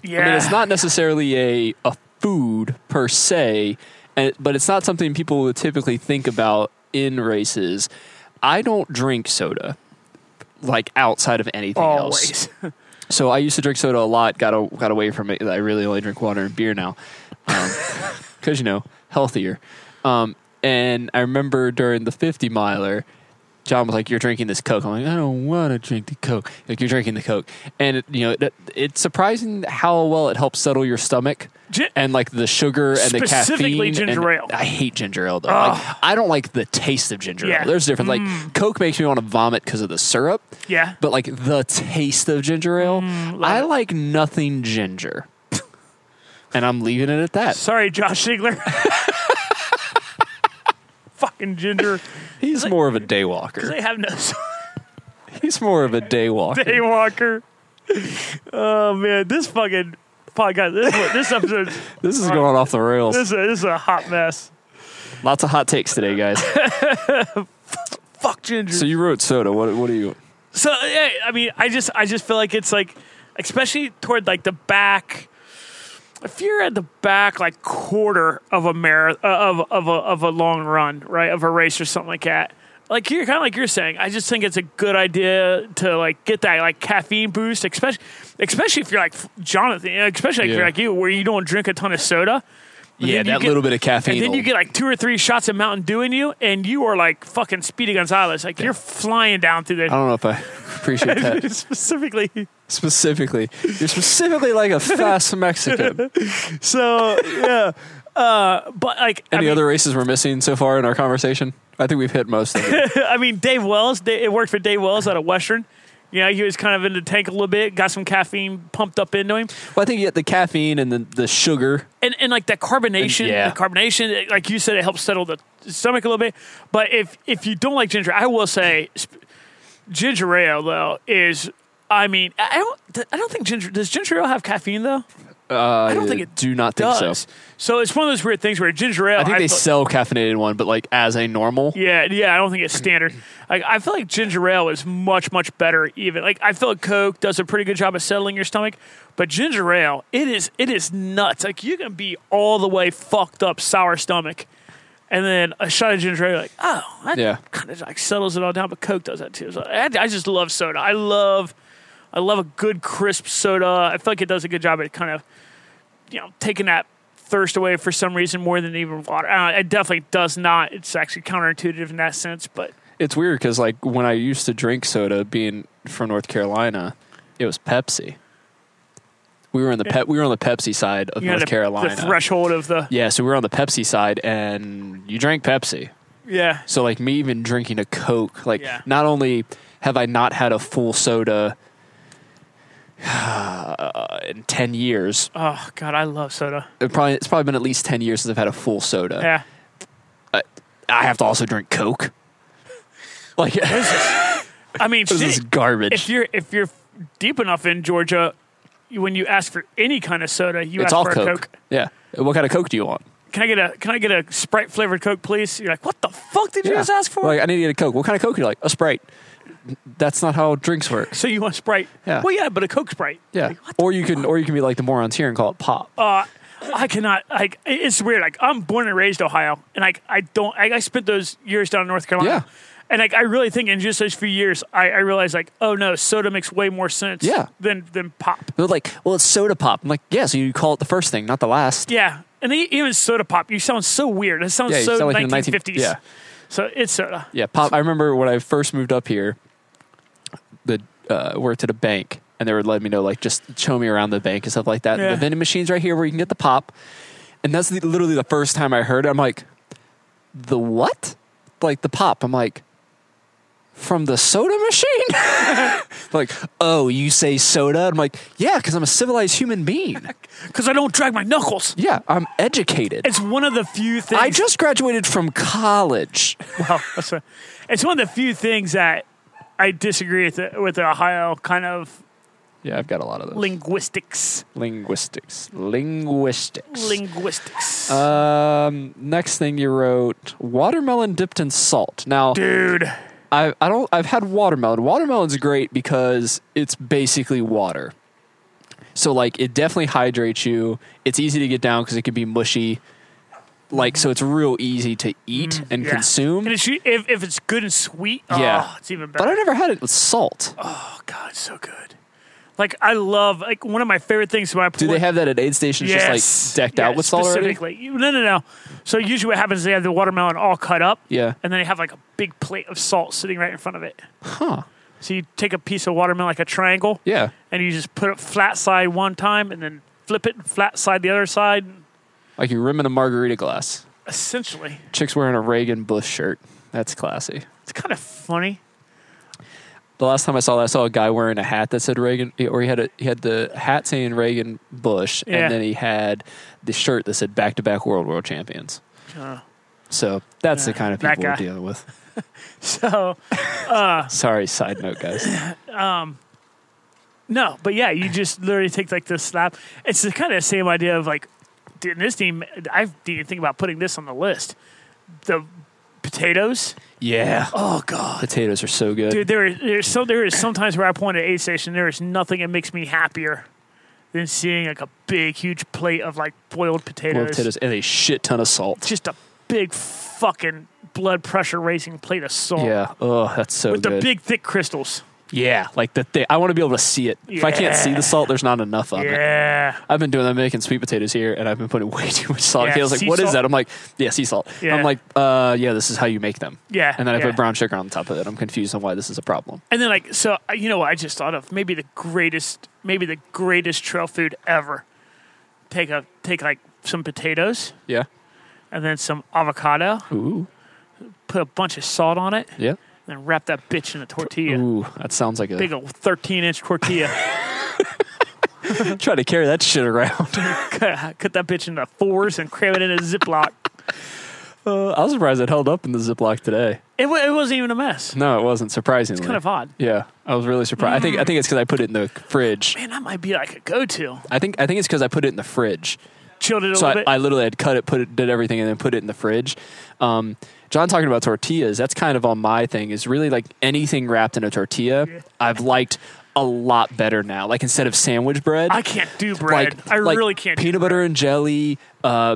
Yeah. I mean, it's not necessarily a a food per se, and, but it's not something people would typically think about in races. I don't drink soda, like outside of anything else. always. So I used to drink soda a lot. Got a, got away from it. I really only drink water and beer now, because you know healthier. Um, and I remember during the fifty miler, John was like, "You're drinking this Coke." I'm like, "I don't want to drink the Coke." Like you're drinking the Coke, and it, you know it, it's surprising how well it helps settle your stomach. Gin- and like the sugar and the caffeine. Specifically ginger and- ale. I hate ginger ale though. Like, I don't like the taste of ginger Yeah. Mm. ale. There's different. Like Coke makes me want to vomit because of the syrup Yeah. but like the taste of ginger ale. Mm, I like nothing ginger. and I'm leaving it at that. Sorry, Josh Ziegler. fucking ginger. He's more of a day walker. They have no He's more of a day walker. Day Walker. Oh man, this fucking podcast this this episode's This is going off the rails. This is, a, this is a hot mess. Lots of hot takes today, guys. Fuck ginger. So So, you wrote soda. What what do you yeah, I mean, I just I just feel like it's like, especially toward like the back. If you're at the back like uh, quarter of a marathon of of a of a long run, right, of a race or something like that, like you're kind of like you're saying. I just think it's a good idea to like get that like caffeine boost, especially especially if you're like Jonathan, you know, especially if Yeah. you're like you, where you don't drink a ton of soda. But yeah, then you that get- little bit of caffeine. And then will- you get like two or three shots of Mountain Dew in you, and you are like fucking Speedy Gonzalez. Like you're flying down through I the don't know if I appreciate that specifically. specifically. You're specifically like a fast Mexican. So yeah, uh, but like I Any mean, other races we're missing so far in our conversation? I think we've hit most of it. I mean, Dave Wells. They, it worked for Dave Wells out of Western. You know, he was kind of in the tank a little bit, got some caffeine pumped up into him, well, I think you get the caffeine and the, the sugar. and and like that carbonation, And- yeah. the carbonation, it- like you said, it helps settle the stomach a little bit. But if if you don't like ginger, I will say sp- ginger ale though is. I mean, I I don't. I don't think ginger does ginger ale have caffeine though. Uh, I don't think it do not think does. so. So it's one of those weird things where ginger ale. I think they thought- sell caffeinated one, but like as a normal. Yeah, yeah, I don't think it's standard. Like, I feel like ginger ale is much, much better. Even like I feel like Coke does a pretty good job at settling your stomach, but ginger ale, it is, it is nuts. Like you can be all the way fucked up, sour stomach, and then a shot of ginger ale, like oh, that Yeah. kind of like settles it all down. But Coke does that too. So I, I just love soda. I love, I love a good crisp soda. I feel like it does a good job at kind of, you know, taking that thirst away for some reason more than even water. I don't know, it definitely does not. It's actually counterintuitive in that sense, but It's weird because like when I used to drink soda, being from North Carolina, it was Pepsi. We were in the pep. We were on the Pepsi side of you know, North the, Carolina. the threshold of the yeah, so we were on the Pepsi side, and you drank Pepsi. yeah. So like me even drinking a Coke, like Yeah. not only have I not had a full soda in ten years, Oh god, I love soda. it probably it's probably been at least ten years since I've had a full soda. Yeah, I have to also drink Coke. Like this I mean, is shit, garbage. if you're if you're deep enough in Georgia, you- when you ask for any kind of soda, you It's ask all for Coke. a Coke. Yeah. What kind of Coke do you want? Can I get a Can I get a Sprite flavored Coke, please? You're like, what the fuck did you just ask for? Like I need to get a Coke. What kind of Coke do you like? A Sprite. That's not how drinks work. so you want Sprite? Yeah. Well, yeah, but a Coke Sprite. Yeah. Or you can or you can be like the morons here and call it pop. uh, I cannot like it- it's weird. Like I'm born and raised Ohio, and like I don't. I, I spent those years down in North Carolina, Yeah. and like I really think in just those few years, I, I realized like oh no, soda makes way more sense. Yeah. Than than pop. They're like, well, it's soda pop. I'm like, yeah. So you call it the first thing, not the last. Yeah. And e- even soda pop, you sound so weird. It sounds Yeah, you so sound like you're in the 19 1950s. yeah. So it's soda. Yeah, pop. I remember when I first moved up here, the uh, worked at a bank, and they would let me know like just show me around the bank and stuff like that. And Yeah. the vending machines right here where you can get the pop, and that's the, literally the first time I heard. it. I'm like, the what? Like the pop? I'm like. From the soda machine, like, oh, you say soda? I'm like, yeah, because I'm a civilized human being. Because I don't drag my knuckles. Yeah, I'm educated. It's one of the few things. I just graduated from college. Well, that's a- it's one of the few things that I disagree with the, with the Ohio kind of Yeah, I've got a lot of those. linguistics. linguistics. Linguistics. Linguistics. Um, next thing you wrote watermelon dipped in salt. Now, Dude. I I don't I've had watermelon. Watermelon's great because it's basically water. So like it definitely hydrates you. It's easy to get down cuz it can be mushy. Like so it's real easy to eat and Mm, Yeah. consume. And it's, if, if it's good and sweet, Yeah. oh, it's even better. but I've never had it with salt. oh, God, it's so good. Like, I love, like, one of my favorite things when I Do they have that at aid stations Yes. just like decked Yeah, out with salt already? specifically. You- No, no, no. So usually what happens is they have the watermelon all cut up. Yeah. And then they have like a big plate of salt sitting right in front of it. Huh. So you take a piece of watermelon like a triangle. Yeah. And you just put it flat side one time and then flip it flat side the other side. Like you rim in a margarita glass. Essentially. Chick's wearing a Reagan Bush shirt. That's classy. It's kind of funny. The last time I saw that, I saw a guy wearing a hat that said Reagan, or he had a, he had the hat saying Reagan Bush, Yeah. and then he had the shirt that said back to back world world champions. Uh, So that's the Yeah, kind of that people guy. we're dealing with. so Sorry, side note, guys. no, but yeah, you just literally take like this slap. It's the kind of same idea of like, dude, this team. I didn't even think about putting this on the list. The potatoes. Yeah, Oh God. potatoes are so good. Dude, there is there's so there is sometimes where I point at aid station, there is nothing that makes me happier than seeing like a big, huge plate of like boiled potatoes. Boiled potatoes and a shit ton of salt. Just a big fucking blood pressure raising plate of salt Yeah. Oh, that's so with the good. big thick crystals. yeah, like the thing. I want to be able to see it. If I can't see Yeah. the salt, there's not enough of it. Yeah. I've been doing that making sweet potatoes here, and I've been putting way too much salt. Yeah, I was like, sea "What is salt. that?" I'm like, "Yeah, sea salt." Yeah. I'm like, "Uh, yeah, this is how you make them." Yeah, And then I yeah. put brown sugar on top of it. I'm confused on why this is a problem. And then like so I- you know what I just thought of maybe the greatest maybe the greatest trail food ever. Take a take like some potatoes Yeah. and then some avocado, Ooh. put a bunch of salt on it, Yeah. and then wrap that bitch in a tortilla. Ooh, that sounds like a Big old thirteen inch tortilla. try to carry that shit around. cut, cut that bitch into fours and cram it in a Ziploc. Uh, I was surprised it held up in the Ziploc today. It, wa- it wasn't even a mess. No, it wasn't. Surprisingly, Kind of odd. yeah, I was really surprised. I think I think it's because I put it in the fridge. Man, that might be like a go to. I think I think it's because I put it in the fridge. Chilled it a So little I, bit. I literally had cut it, put it, did everything, and then put it in the fridge. Um, John talking about tortillas. That's kind of on my thing. Is really like anything wrapped in a tortilla. I've liked a lot better now. Like instead of sandwich bread, I can't do bread. Like, I like really can't. do Peanut butter and jelly, uh,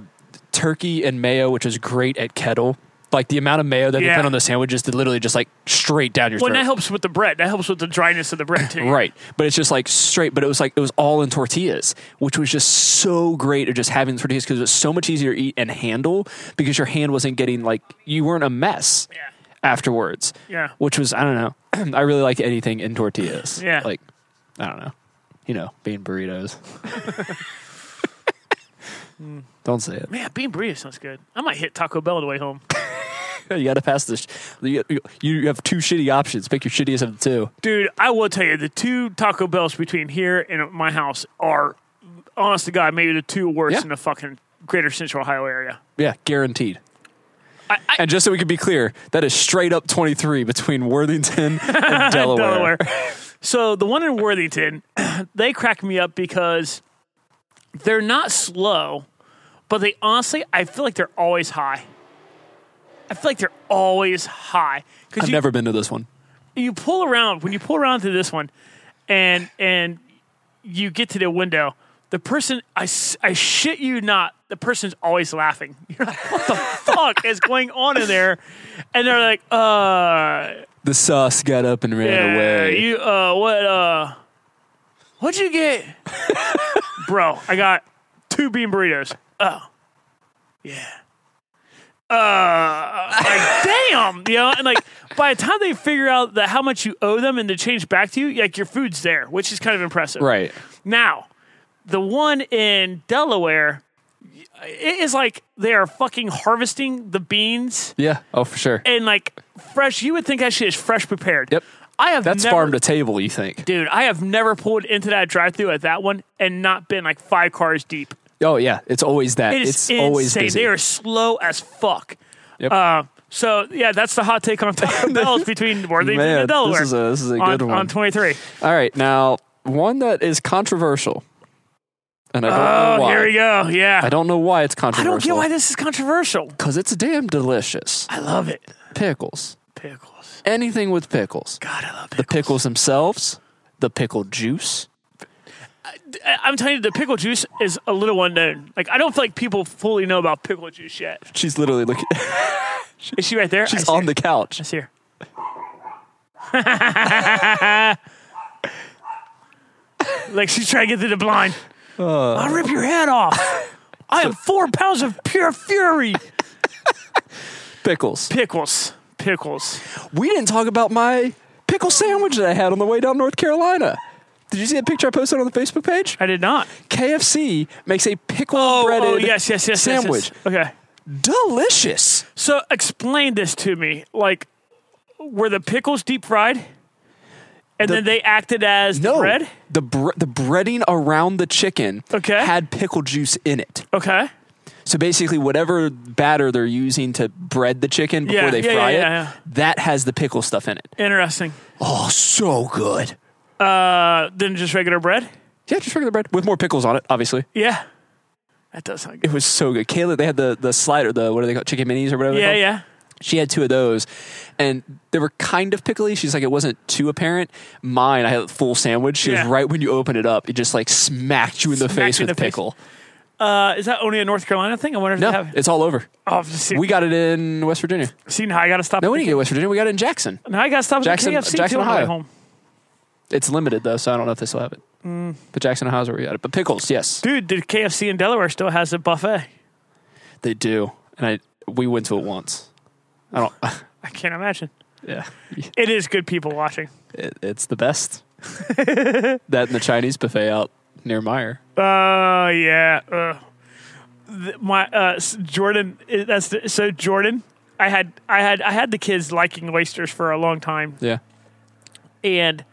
turkey and mayo, which is great at kettle. Like the amount of mayo that they Yeah. put on the sandwiches, they literally just like straight down your Well, and throat. that helps with the bread. That helps with the dryness of the bread too. Right. But it's just like straight, but it was like, it was all in tortillas, which was just so great of just having the tortillas because it was so much easier to eat and handle because your hand wasn't getting like, you weren't a mess Yeah. afterwards. Yeah. Which was, I don't know. I really like anything in tortillas. Yeah. Like, I don't know. You know, bean burritos. don't say it. Man, bean burrito sounds good. I might hit Taco Bell on the way home. You got to pass this. You, you- you have two shitty options. Pick your shittiest of the two. Dude, I will tell you, the two Taco Bells between here and my house are, honest to God, maybe the two worst Yeah. in the fucking greater central Ohio area. Yeah, guaranteed. I, I, And just so we can be clear, that is straight up 23 between Worthington and Delaware. Delaware. so the one in Worthington, they cracked me up because they're not slow, but they honestly, I feel like they're always high. I feel like they're always high because I've you, never been to this one. you pull around when you pull around to this one, and and you get to the window. The person, I, s- I shit you not, the person's always laughing. You're like, what the fuck is going on in there? And they're like, uh, The sauce got up and ran yeah, away. You uh what uh what'd you get? Bro, I got two bean burritos. Oh. Yeah. Uh like damn, you know, and like by the time they figure out that how much you owe them and to change back to you, like your food's there, which is kind of impressive. right. Now, the one in Delaware it is like they are fucking harvesting the beans Yeah. Oh, for sure. and like fresh. You would think that shit is fresh prepared. Yep. I have That's never, farm to table, you think? dude. I have never pulled into that drive-through at that one and not been like five cars deep. Oh, yeah. It's always that. It is it's insane. always busy. They are slow as fuck. Yep. Uh, so yeah, that's the hot take on Taco Bell's between Worthington Man, and Delaware. this is a- this is a on, good one. on twenty three. All right. Now, one that is controversial. And I don't know Oh, why. here we go. Yeah, I don't know why it's I controversial. don't get why this is controversial. Because it's damn delicious. I love it. Pickles. Pickles. Anything with pickles. God, I love The pickles. pickles themselves, the pickle juice. I- I'm telling you, the pickle juice is a little unknown. Like, I don't feel like people fully know about pickle juice yet. She's literally looking. Is she right there? I She's see on her. the couch. I see her. like she's trying to get through the blind. I'll rip your head off. I am four pounds of pure fury. Pickles. Pickles. Pickles. We didn't talk about my pickle sandwich that I had on the way down North Carolina. Did you see that picture I posted on the Facebook page? I did not. KFC makes a pickle breaded oh, yes, yes, yes, yes, sandwich. Yes. Okay. Delicious. So explain this to me. Like, were the pickles deep fried? And then they acted as the No, bread? the bre- the breading around the chicken Okay. had pickle juice in it. Okay. So basically, whatever batter they're using to bread the chicken before Yeah, they yeah, fry yeah, it, yeah, yeah. that has the pickle stuff in it. Interesting. Oh, so good. Uh, then just regular bread? Yeah, just regular bread with more pickles on it, obviously. Yeah. That does sound good. It was so good. Kayla, they had the the slider, the what are they called, chicken minis or whatever. they're Yeah, called. yeah. She had two of those, and they were kind of pickly. She's like, it wasn't too apparent. Mine, I had a full sandwich. She Yeah. was right when you open it up, it just like smacked you in the Smacked face you in with the face. pickle. Uh, is that only a North Carolina thing? I wonder if they No, have. it's all over. Oh, I've just seen, We got it in West Virginia. seen how I got to stop. No, at we the didn't get it in West Virginia. We got it in Jackson. Now I got to stop Jackson- at the KFC Jackson, too on the way Ohio. home. It's limited though, so I don't know if they still have it. Mm. But Jackson, Ohio's where we got it. But pickles, yes, Dude, the KFC in Delaware still has a buffet. they do. And I we went to it once. I don't. I can't imagine. Yeah, It is good people watching. it, it's the best. that and the Chinese buffet out near Meyer. Oh yeah. Uh, Th- my uh, s- Jordan. i- That's the, so Jordan. I had I had I had the kids liking oysters for a long time, Yeah, and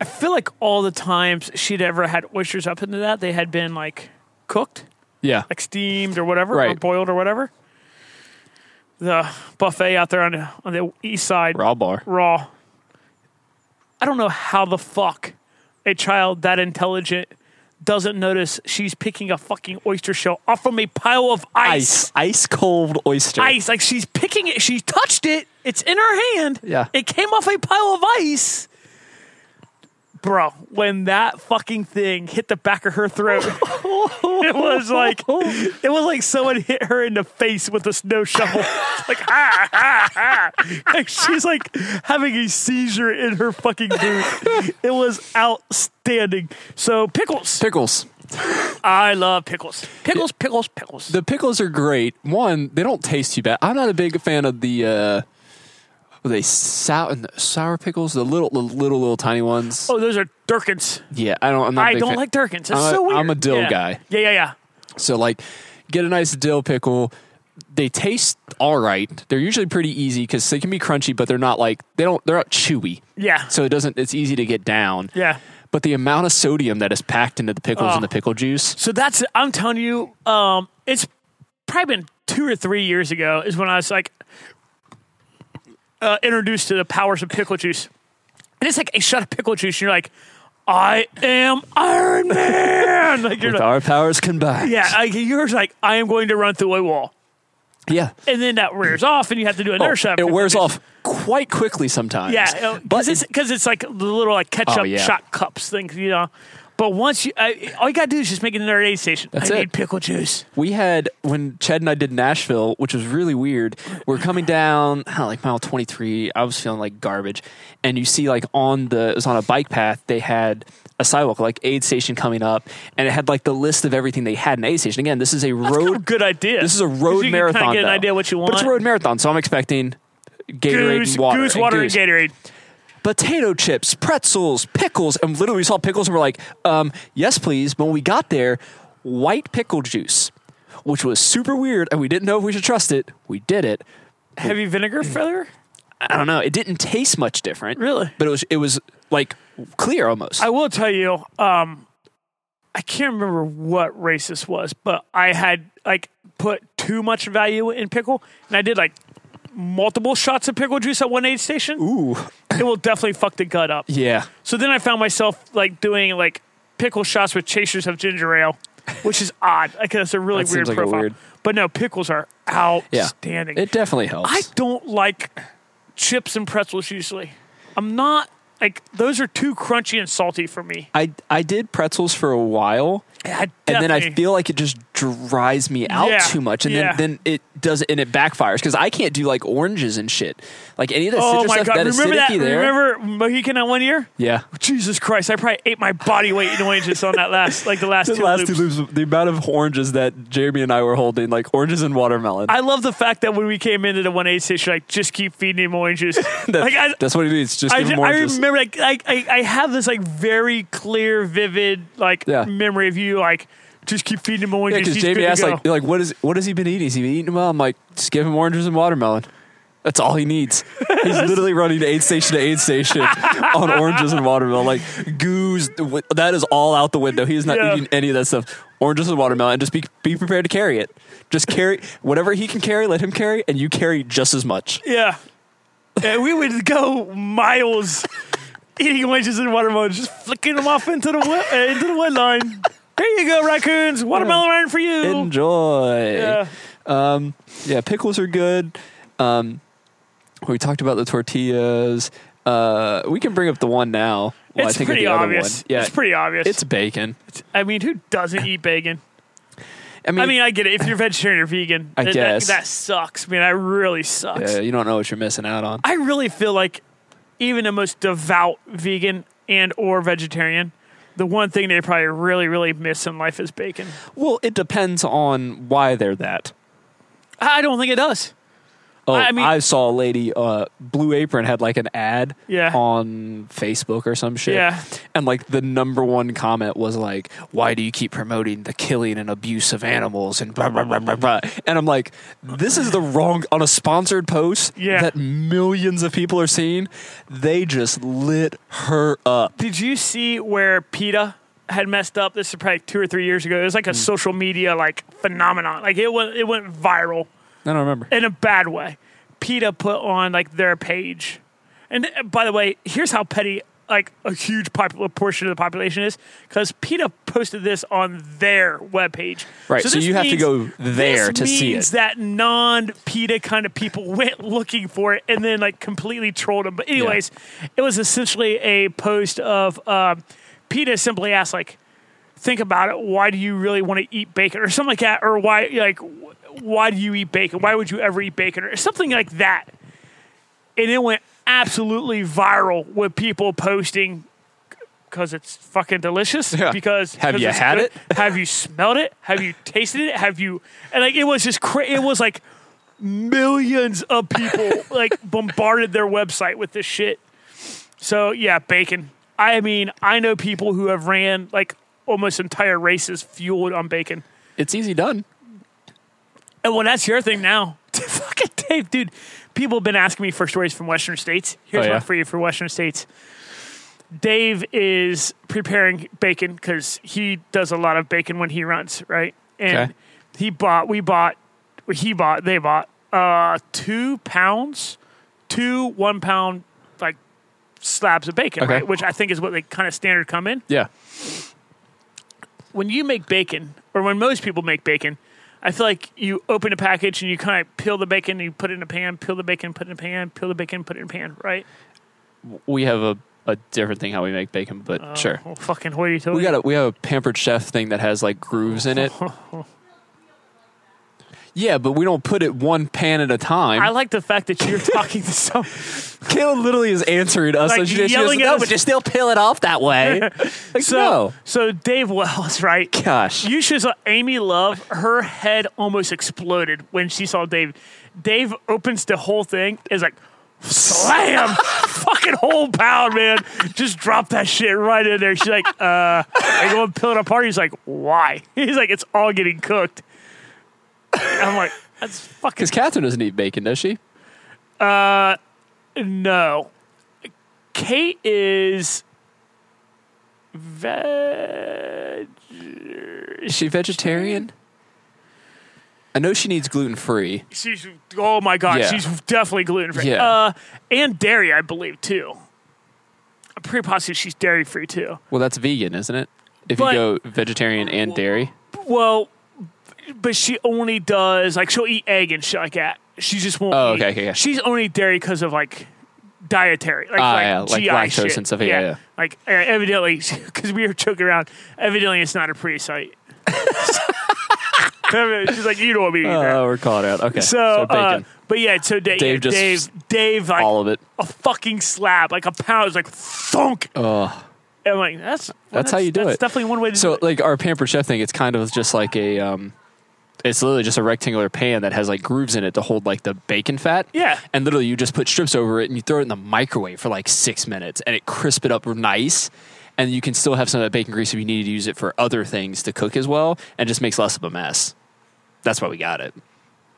I feel like all the times she'd ever had oysters up into that, they had been like cooked, yeah. like steamed or whatever, or Right. boiled or whatever. The buffet out there on the, on the east side, Raw bar. raw. I don't know how the fuck a child that intelligent doesn't notice she's picking a fucking oyster shell off from a pile of ice. Ice, ice cold oyster. Ice. Like she's picking it. She touched it. It's in her hand. Yeah. It came off a pile of ice. Bro, when that fucking thing hit the back of her throat, it was like it was like someone hit her in the face with a snow shovel. like ah, ah, ah. Like she's like having a seizure in her fucking boot. It was outstanding. So pickles. Pickles. I love pickles. Pickles, pickles, pickles. The pickles are great. One, they don't taste too bad. I'm not a big fan of the uh what are they sour sour pickles, the little the little little tiny ones. oh, those are Durkins. Yeah, I don't. I'm not a I big don't fan. like Durkins. It's I'm a- so weird. I'm a dill Yeah. guy. Yeah, yeah, yeah. So like, get a nice dill pickle. They taste all right. They're usually pretty easy because they can be crunchy, but they're not like they don't. They're not chewy. Yeah. So it doesn't. It's easy to get down. yeah. But the amount of sodium that is packed into the pickles Oh. and the pickle juice. So that's I'm telling you, um, it's probably been two or three years ago is when I was like uh, introduced to the powers of pickle juice. And it's like a shot of pickle juice, and you're like, I am Iron Man. like you're With like, our powers combined. yeah, like, you're like, I am going to run through a wall. Yeah. And then that wears off, and you have to do another Oh, shot. of it pickle wears juice. off quite quickly sometimes. Yeah, but Oh, because it's because it's like the little like ketchup yeah. shot cups things, you know. But once you, I, all you gotta do is just make it another aid station. That's I it. need pickle juice. we had when Chad and I did Nashville, which was really weird. We're coming down, I don't know, like mile twenty three. I was feeling like garbage, and you see like on the it was on a bike path. They had a sidewalk, like aid station coming up, and it had like the list of everything they had in aid station. Again, this is a road. Kind of a good idea. This is a 'Cause road you marathon. Kind of get an though. idea what you want. but it's a road marathon, so I'm expecting Gatorade goose, and water, goose water, and, goose. Gatorade. potato chips, pretzels, pickles, and literally we saw pickles and we're like, um, yes, please. But when we got there, white pickle juice, which was super weird, and we didn't know if we should trust it. We did it. Heavy vinegar feather. I don't know. It didn't taste much different, Really? but it was it was like clear almost. I will tell you. Um, I can't remember what race this was, but I had like put too much value in pickle, and I did like multiple shots of pickle juice at one aid station. Ooh, It will definitely fuck the gut up. yeah, So then I found myself like doing like pickle shots with chasers of ginger ale, which is odd. Like that's a really That weird seems like a profile. weird- But no, pickles are yeah. outstanding. It definitely helps. I don't like chips and pretzels usually. I'm not like those are too crunchy and salty for me. I I did pretzels for a while. I and then I definitely- feel like it just dries me out Yeah, too much, and yeah. then, then it does and it backfires because I can't do like oranges and shit, like any of that Oh citrus my stuff. god! that Remember acidity that? there, Remember Mohican that one year? yeah. Jesus Christ! I probably ate my body weight in oranges on that last, like the last The two last loops. two loops, the amount of oranges that Jeremy and I were holding, like oranges and watermelon. I love the fact that when we came into the one eight station, like just keep feeding him oranges. That- like I, that's what it is. Just I, give them ju- I oranges. remember like I, I I have this like very clear, vivid like Yeah. memory of you like just keep feeding him oranges. yeah, because He's Jamie good to asked, go. like, like, what is what has he been eating? Has he been eating well? I'm like, just give him oranges and watermelon. That's all he needs. He's literally running aid station to aid station on oranges and watermelon. Like goose, that is all out the window. He is not Yeah. eating any of that stuff. Oranges and watermelon. And just be be prepared to carry it. Just carry whatever he can carry. Let him carry, and you carry just as much. yeah. and we would go miles eating oranges and watermelon, just flicking them off into the wa- uh, into the wood line. Here you go, raccoons. Watermelon iron for you. Enjoy. yeah. Um, yeah, pickles are good. Um, we talked about the tortillas. Uh, we can bring up the one now. Well, it's I think of pretty the other obvious. one. Yeah, It's pretty obvious. It's bacon. I mean, who doesn't eat bacon? I mean, I mean, I get it. If you're vegetarian or vegan, I that- that- guess. that, sucks, man. I really sucks. yeah, you don't know what you're missing out on. I really feel like even the most devout vegan and or vegetarian, the one thing they probably really really miss in life is bacon. Well, it depends on why they're that. I don't think it does. Oh, I, I mean- saw a lady. Uh, Blue Apron had like an ad Yeah. on Facebook or some shit. Yeah. and like the number one comment was like, "Why do you keep promoting the killing and abuse of animals?" And blah blah blah blah blah. And I'm like, this is the wrong on a sponsored post Yeah. that millions of people are seeing. They just lit her up. Did you see where PETA had messed up? This is probably two or three years ago. It was like a social media like phenomenon. Like it went it went viral I don't remember. in a bad way. PETA put on like their page. And uh, by the way, here's how petty like a huge popular portion of the population is because PETA posted this on their webpage. Right, so this you have to means- go there this to see means it. That non PETA kind of people went looking for it and then like completely trolled them. But anyways, it was essentially a post of um, PETA simply asked like, think about it. Why do you really want to eat bacon or something like that? Or why like wh- why do you eat bacon? Why would you ever eat bacon or something like that? And it went absolutely viral with people posting because it's fucking delicious. Yeah. Because Have 'cause you it's had good. Have you smelled it? Have you tasted it? Have you and like it was just cra- it was like millions of people like bombarded their website with this shit. So yeah, bacon. I mean, I know people who have ran like almost entire races fueled on bacon. It's easy done. And well, that's your thing now. Fucking Dave, dude. People have been asking me for stories from Western states. Here's Oh, yeah? one for you for Western states. Dave is preparing bacon because he does a lot of bacon when he runs, right? And Okay. he bought, we bought, he bought, they bought uh, two pounds, two one pound like slabs of bacon, Okay. right? Which I think is what they kind of standard come in Yeah. when you make bacon, or when most people make bacon, I feel like you open a package and you kind of peel the bacon and you put it in a pan, peel the bacon, put it in a pan, peel the bacon, put it in a pan, right? we have a, a different thing how we make bacon, but sure. Oh, fucking what are you telling We got a we have a pampered chef thing that has like grooves in it. yeah, but we don't put it one pan at a time. I like the fact that you're talking to some. Kayla literally is answering us, Like and she just she goes, yelling at "No, us." but you still peel it off that way." like, So, no, so Dave Wells, right? gosh, You should saw Amy Love. Her head almost exploded when she saw Dave. Dave opens the whole thing. Is like, slam, fucking whole pound, man. Just drop that shit right in there. She's like, uh, are you going to peel it apart? He's like, why? He's like, it's all getting cooked. I'm like, that's fucking because Catherine doesn't eat bacon, does she? no. Kate is veg. Is she vegetarian? I know she needs gluten free. She's oh my god, Yeah. she's definitely gluten free. Yeah. Uh, and dairy, I believe too. I'm pretty positive she's dairy free too. Well, that's vegan, isn't it? If But- you go vegetarian and dairy, Well, but she only does like she'll eat egg and shit like that. She just won't. Oh, eat- okay, okay, yeah. She's only dairy because of like dietary, like, Ah, like, yeah, like GI lactose shit. and stuff, yeah, yeah. Like uh, evidently, because we were joking around. Evidently, it's not a pre-site. she's like, you don't want me to eat oh, that. we're caught out. Okay, Uh, So, uh, bacon, but yeah, so Dave, Dave just- Dave, Dave, like all of it. a fucking slab, like a pound. It's like thunk. And I'm like, that's well, That's how you do that's it. Definitely one way to So do it. like our pampered chef thing, it's kind of just like a um it's literally just a rectangular pan that has like grooves in it to hold like the bacon fat. Yeah. And literally you just put strips over it and you throw it in the microwave for like six minutes and it crisp it up nice. And you can still have some of that bacon grease if you need to use it for other things to cook as well and just makes less of a mess. That's why we got it.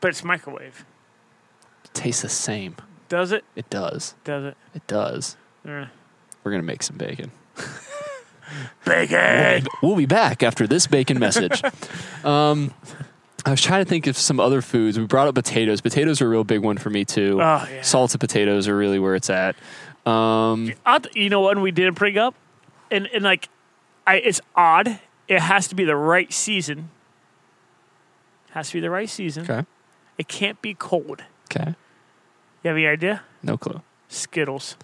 But it's microwave. It tastes the same. Does it? It does. Does it? It does. Uh, We're gonna make some bacon. Bacon. We'll be back after this bacon message. um, I was trying to think of some other foods. We brought up potatoes. Potatoes are a real big one for me too. Oh, yeah. Salted potatoes are really where it's at. Um, I th- you know what we didn't bring up, and and like, I it's odd. It has to be the right season. Has to be the right season. okay. It can't be cold. Okay. You have any idea? No clue. Skittles.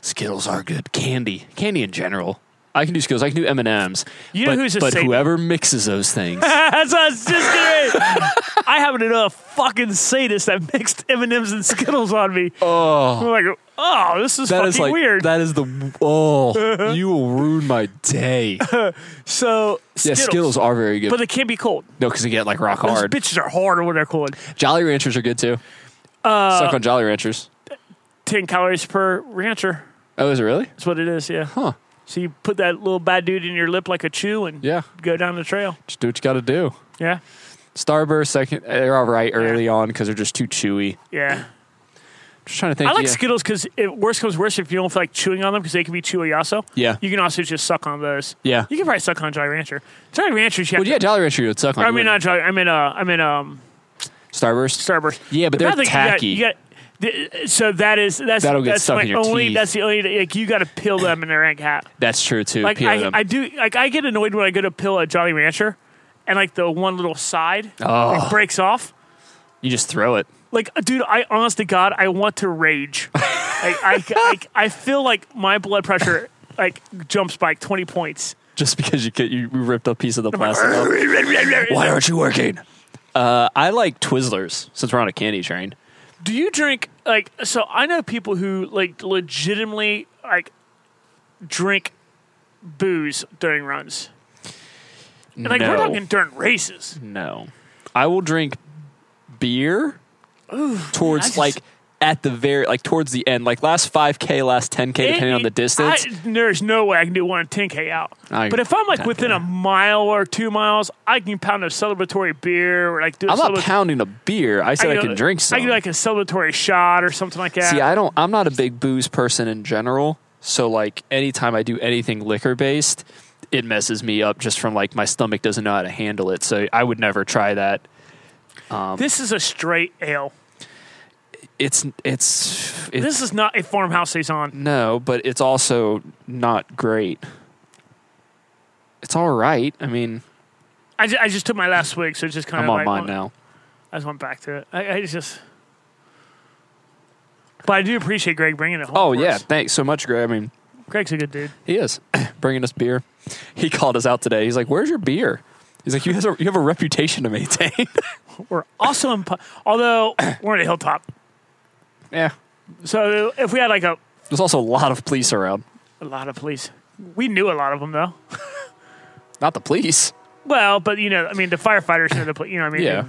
Skittles are good. Candy. Candy in general. I can do Skittles. I can do M and M's. You know but, who's a but Satan? whoever mixes those things, That's what I was just gonna. I happen to know a fucking sadist that mixed M and M's and Skittles on me. oh, I'm like, oh, this is that fucking is like weird. that is the oh, you will ruin my day. so Yeah, Skittles, Skittles are very good. but they can't be cold. no, because they get like rock Those hard. bitches are hard when they're cold. Jolly Ranchers are good too. Uh, Suck on Jolly Ranchers. Ten calories per rancher. Oh, is it really? That's what it is. Yeah. Huh. So you put that little bad dude in your lip like a chew and Yeah. go down the trail. Just do what you got to do. Yeah. Starburst, second, they're all right early on because they're just too chewy. Yeah. Just trying to think. I like yeah. Skittles because worse comes worse if you don't feel like chewing on them because they can be chewy also. Yeah. You can also just suck on those. Yeah. You can probably suck on Jolly Rancher. Jolly Ranchers, you have Well, yeah, Jolly Rancher you would suck on. to, I you mean, not wouldn't Jolly. I mean, uh, I mean, um, you? Starburst. Starburst. Yeah, but The they're bad thing you tacky. Got, you got, th- so that is that's That'll get that's stuck my in your only. teeth. That's the only. Like you got to peel them in their egg hat. That's true too. Like Peel I, them. I do. Like I get annoyed when I go to peel a Jolly Rancher, and like the one little side Oh. like, breaks off. you just throw it. Like, dude, I honest to God, I want to rage. like, I, I, I feel like my blood pressure like jumps by like twenty points. just because you get you ripped a piece of the plastic off. Why aren't you working? Uh, I like Twizzlers since we're on a candy train. Do you drink like so I know people who like legitimately like drink booze during runs. And like no, we're talking during races. no, I will drink beer towards I just- like at the very like towards the end, like last five k, last ten k, depending It- on the distance. I, there's no way I can do one 10K out. I- but if I'm like 10K. within a mile or two miles, I can pound a celebratory beer or like do a I, am not celebra- pounding a beer. I said I, know- can drink some. I can do like a celebratory shot or something like that. See, I don't. I'm not a big booze person in general. So like, anytime I do anything liquor based, it messes me up. Just from like my stomach doesn't know how to handle it. So I would never try that. this is a straight ale. It's it's it's This is not a farmhouse saison. no, but it's also not great. It's all right. I mean, I ju- I just took my last swig, so it's just kind of I'm on like, mine oh, now. I just went back to it. I, I just. But I do appreciate Greg bringing it home. Oh for yeah, us. thanks so much, Greg. I mean, Greg's a good dude. he is bringing us beer. He called us out today. He's like, "Where's your beer?" He's like, "You have a, you have a reputation to maintain." We're also in, pu- although we're in a hilltop. yeah, So if we had like a, there's also a lot of police around. a lot of police, we knew a lot of them though. Not the police. Well, but you know, I mean, the firefighters know the, pl- you know, what I mean, Yeah.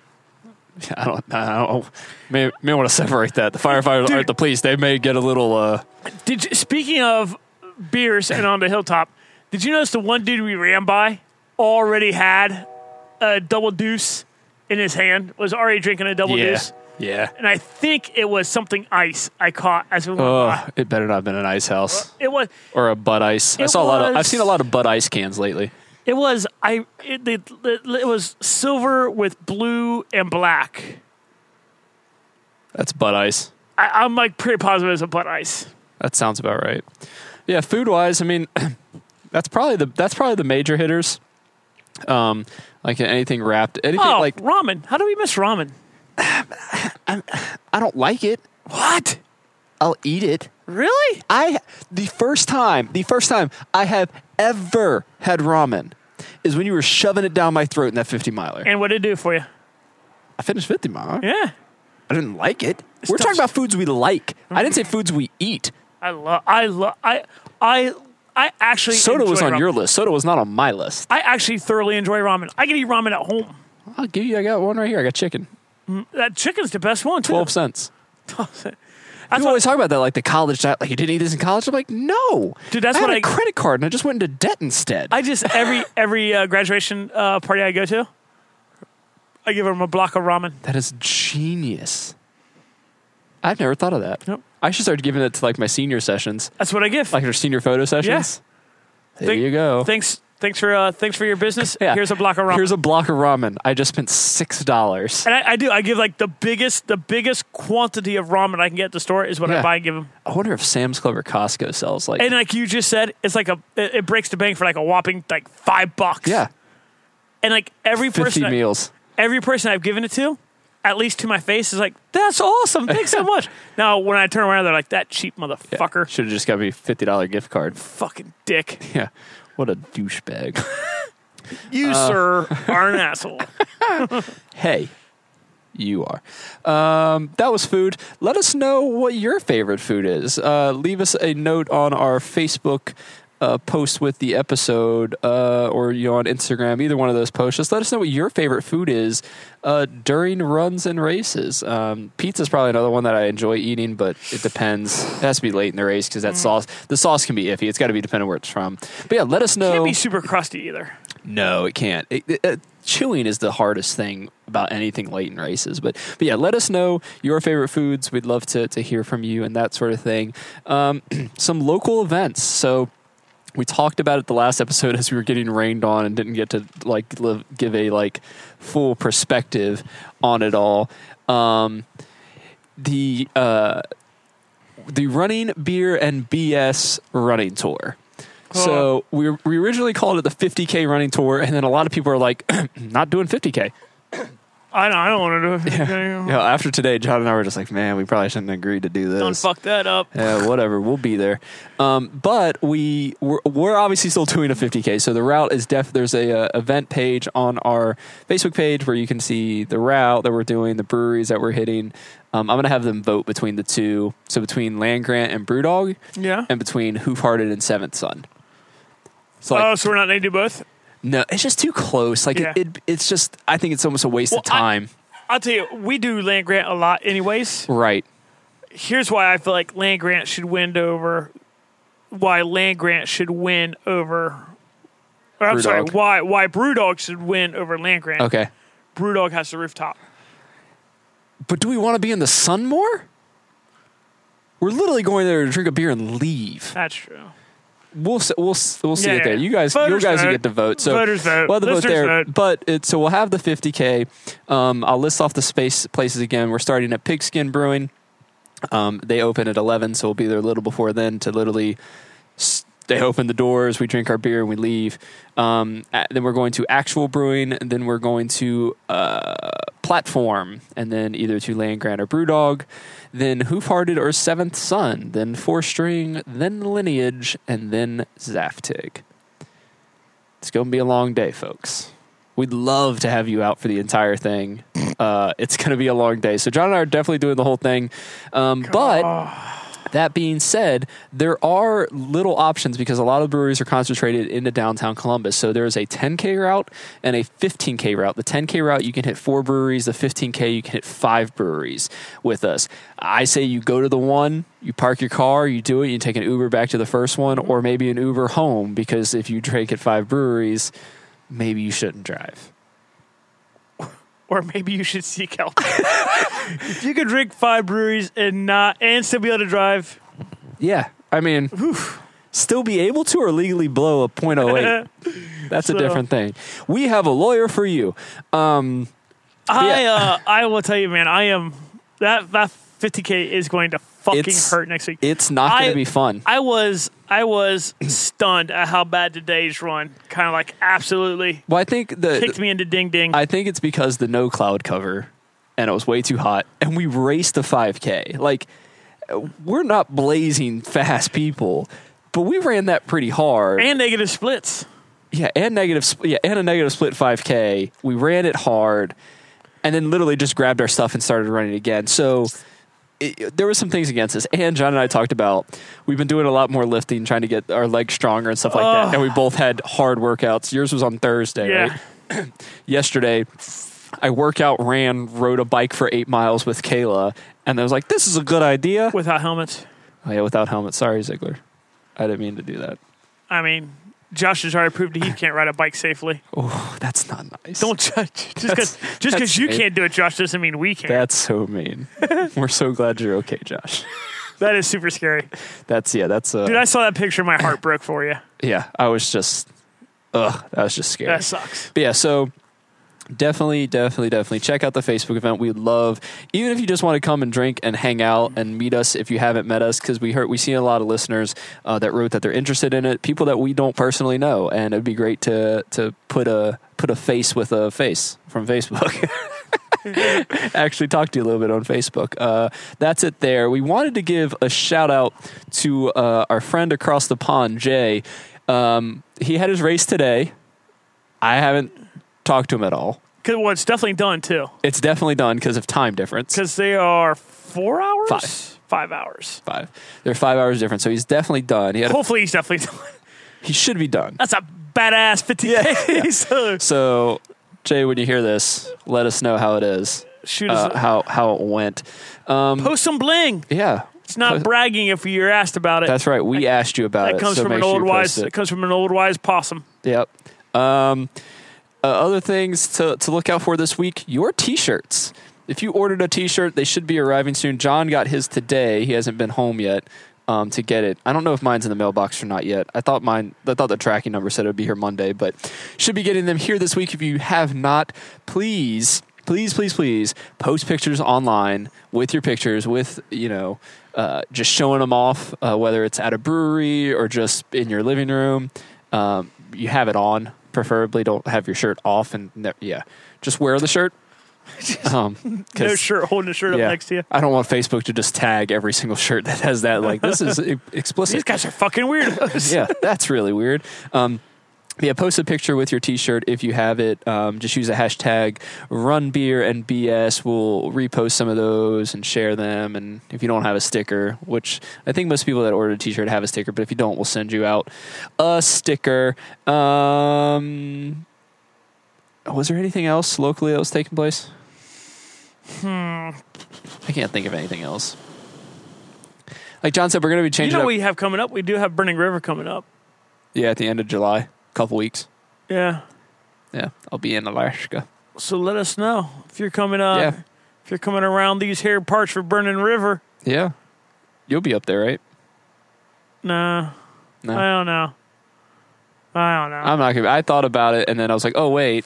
I don't. I don't. May, may want to separate that. The firefighters aren't the police. They may get a little. uh Did you, speaking of beers and on the hilltop, did you notice the one dude we ran by already had a double deuce in his hand? Was already drinking a double Yeah. deuce, Yeah. and I think it was something ice I caught as we went by. Oh, it better not have been an ice house It was or a Bud Ice. I It saw a lot of. I've was- seen a lot of Bud Ice cans lately. it was I it, it, it, it was silver with blue and black. That's Bud Ice. I, I'm like pretty positive it's a butt ice. That sounds about right. Yeah, food wise, I mean, that's probably the that's probably the major hitters. Um, like anything wrapped, anything Oh, like ramen! How do we miss ramen? I don't like it. What? I'll eat it. Really? I the first time, the first time I have ever had ramen is when you were shoving it down my throat in that 50 miler. And what did it do for you? I finished 50 miler. Yeah. I didn't like it. We're tough talking about foods we like. I didn't say foods we eat. I love. I love. I. I. I actually. Soda enjoy was on ramen. your list. Soda was not on my list. I actually thoroughly enjoy ramen. I can eat ramen at home. I'll give you. I got one right here. I got chicken. That chicken's the best one. Too. 12 cents. That's People what, always talk about that, like the college diet. Like you didn't eat this in college. I'm like, no, Dude, that's I had what a I- credit card, and I just went into debt instead. I just every every uh, graduation uh, party I go to, I give them a block of ramen. that is genius. I've never thought of that. Yep. I should start giving that to like my senior sessions, That's what I give. like our senior photo sessions. There Thank- you go. Thanks. Thanks for uh, thanks for your business. Yeah. Here's a block of ramen. Here's a block of ramen. I just spent six dollars. and I, I do. I give like the biggest the biggest quantity of ramen I can get at the store is what I Yeah. buy and give them. I wonder if Sam's Club or Costco sells like. And like you just said, it's like a it, it breaks the bank for like a whopping like five bucks. yeah, And like every fifty person I- meals. every person I've given it to at least to my face, is like, that's awesome. Thanks so much. now, when I turn around, they're like, that cheap motherfucker. Should have just got me a fifty dollar gift card. Fucking dick. Yeah, what a douchebag. You, Uh. sir, are an asshole. hey, you are. Um, that was food. Let us know what your favorite food is. Uh, leave us a note on our Facebook. Uh, post with the episode uh, or you know, on Instagram, either one of those posts. Just let us know what your favorite food is uh, during runs and races. Um, pizza's probably another one that I enjoy eating, but it depends. It has to be late in the race because that sauce, the sauce can be iffy. It's got to be dependent where it's from. But yeah, let us know. Can't be super crusty either. No, it can't. It, it, uh, chewing is the hardest thing about anything late in races. But but yeah, let us know your favorite foods. We'd love to to hear from you and that sort of thing. Um, some local events. So. We talked about it the last episode as we were getting rained on and didn't get to like live, give a like full perspective on it all. Um, the uh, the running beer and BS running tour. So we we originally called it the 50k running tour, and then a lot of people are like, not doing 50k. I don't, I don't want to do it. You know, after today, John and I were just like, man, we probably shouldn't agree to do this. Don't fuck that up. Yeah, Uh, whatever. We'll be there. Um, but we we're, we're obviously still doing a 50k. So the route is def. There's a uh, event page on our Facebook page where you can see the route that we're doing, the breweries that we're hitting. Um, I'm gonna have them vote between the two. So between Land Grant and Brewdog, Yeah. and between Hoof Hearted and Seventh Son. So like, oh, so we're not going to do both? no, it's just too close. Like Yeah. it, it, it's just. I think it's almost a waste Well, of I- time. I'll tell you, we do land grant a lot, anyways. right. Here's why I feel like land grant should win over. Why land grant should win over. Or I'm sorry. Brewdog. Why why Brewdog should win over land grant? Okay. Brewdog has the rooftop. But do we want to be in the sun more? We're literally going there to drink a beer and leave. That's true. We'll s- we'll s- we'll see Yeah, it there. yeah. You guys, Voters you guys vote. get to vote. So Voters vote. We'll have the vote Listeners there. vote. But it, so we'll have the 50k. Um, I'll list off the space places again. We're starting at Pigskin Brewing. Um, they open at 11, so we'll be there a little before then to literally. s- They open the doors, we drink our beer, and we leave. Um, a- then we're going to actual brewing, and then we're going to uh, platform, and then either to Land Grant or Brewdog, then Hoofhearted or Seventh Son, then Four String, then Lineage, and then Zaftig. It's going to be a long day, folks. We'd love to have you out for the entire thing. Uh, it's going to be a long day. So, John and I are definitely doing the whole thing. Um, but that being said, there are little options because a lot of breweries are concentrated into downtown Columbus. So, there's a 10K route and a 15K route. The 10K route, you can hit four breweries. The 15K, you can hit five breweries with us. I say you go to the one, you park your car, you do it, you take an Uber back to the first one, or maybe an Uber home because if you drink at five breweries, maybe you shouldn't drive. Or maybe you should seek help. if you could drink five breweries and not and still be able to drive, Yeah, I mean, still be able to or legally blow a .08. That's So- a different thing. We have a lawyer for you. Um, I uh, I will tell you, man, I am that that 50k is going to fucking It's- hurt next week. it's not going I- to be fun. I was I was stunned at how bad today's run kind of like absolutely well, I think the kicked me into ding ding. I think it's because the no cloud cover, and it was way too hot, and we raced the 5K. Like we're not blazing fast people, but we ran that pretty hard. and negative splits. yeah, and negative, sp- yeah, and a negative split 5K. We ran it hard, and then literally just grabbed our stuff and started running again. So it, it- there were some things against us. And John and I talked about we've been doing a lot more lifting, trying to get our legs stronger and stuff like that. And we both had hard workouts. Yours was on Thursday, Yeah. right? Yesterday, I workout, ran, rode a bike for eight miles with Kayla, and I was like, "This is a good idea." Without helmets, Oh, yeah, without helmet. Sorry, Ziggler. I didn't mean to do that. I mean, Josh has already proved he can't ride a bike safely. Oh, that's not nice. Don't judge just because That's- just that's because you right. can't do it, Josh doesn't mean we can't. That's so mean. We're so glad you're okay, Josh. that is super scary, That's yeah. That's uh, dude. I saw that picture, my heart broke for you. yeah. I was just, ugh, that was just scary. That sucks. But yeah, so definitely, definitely, definitely check out the Facebook event. We love, even if you just want to come and drink and hang out and meet us if you haven't met us, because we heard we see a lot of listeners uh, that wrote that they're interested in it, people that we don't personally know, and it'd be great to to put a put a face with a face from Facebook. actually talked to you a little bit on Facebook. Uh, that's it there. We wanted to give a shout out to uh, our friend across the pond, Jay. Um, he had his race today. I haven't talked to him at all. Cause, well, it's definitely done too. It's definitely done because of time difference. Because they are four hours, Five. five hours. Five. They're five hours different, so he's definitely done. He had a, Hopefully, he's definitely done. he should be done. That's a badass 50 days. So, Jay, when you hear this, let us know how it is, Shoot us. uh, how how it went. Um, post some bling. yeah, It's not Post- bragging if you're asked about it. that's right. We asked you about that it. comes so from make an sure old you wise. post it. It comes from an old wise possum. Yep. Um, uh, other things to, to look out for this week your t shirts. If you ordered a t shirt, they should be arriving soon. John got his today. He hasn't been home yet um, to get it. I don't know if mine's in the mailbox or not yet. I thought mine, I thought the tracking number said it would be here Monday, but should be getting them here this week. If you have not, please. Please, please, please post pictures online with your pictures, with, you know, uh, just showing them off, uh, whether it's at a brewery or just in your living room um, you have it on preferably don't have your shirt off and ne- yeah just wear the shirt um 'cause- No shirt, holding a shirt yeah. up next to you. i don't want facebook to just tag every single shirt that has that like this is e- explicit These guys are fucking weirdos. yeah that's really weird um yeah, post a picture with your T-shirt if you have it. Um, just use the hashtag RunBeer and BS. We'll repost some of those and share them. And if you don't have a sticker, which I think most people that order a T-shirt have a sticker, but if you don't, we'll send you out a sticker. Um, was there anything else locally that was taking place? Hmm. I can't think of anything else. Like John said, we're going to be You changing. know up- what we have coming up? We do have Burning River coming up. yeah, at the end of July, couple weeks. Yeah. Yeah, I'll be in Alaska. So let us know if you're coming up. Yeah. If you're coming around these here parts for Burning River. Yeah, you'll be up there, right? Nah, No, I don't know. I don't know. I'm not. Gonna, I thought about it, and then I was like, "Oh wait,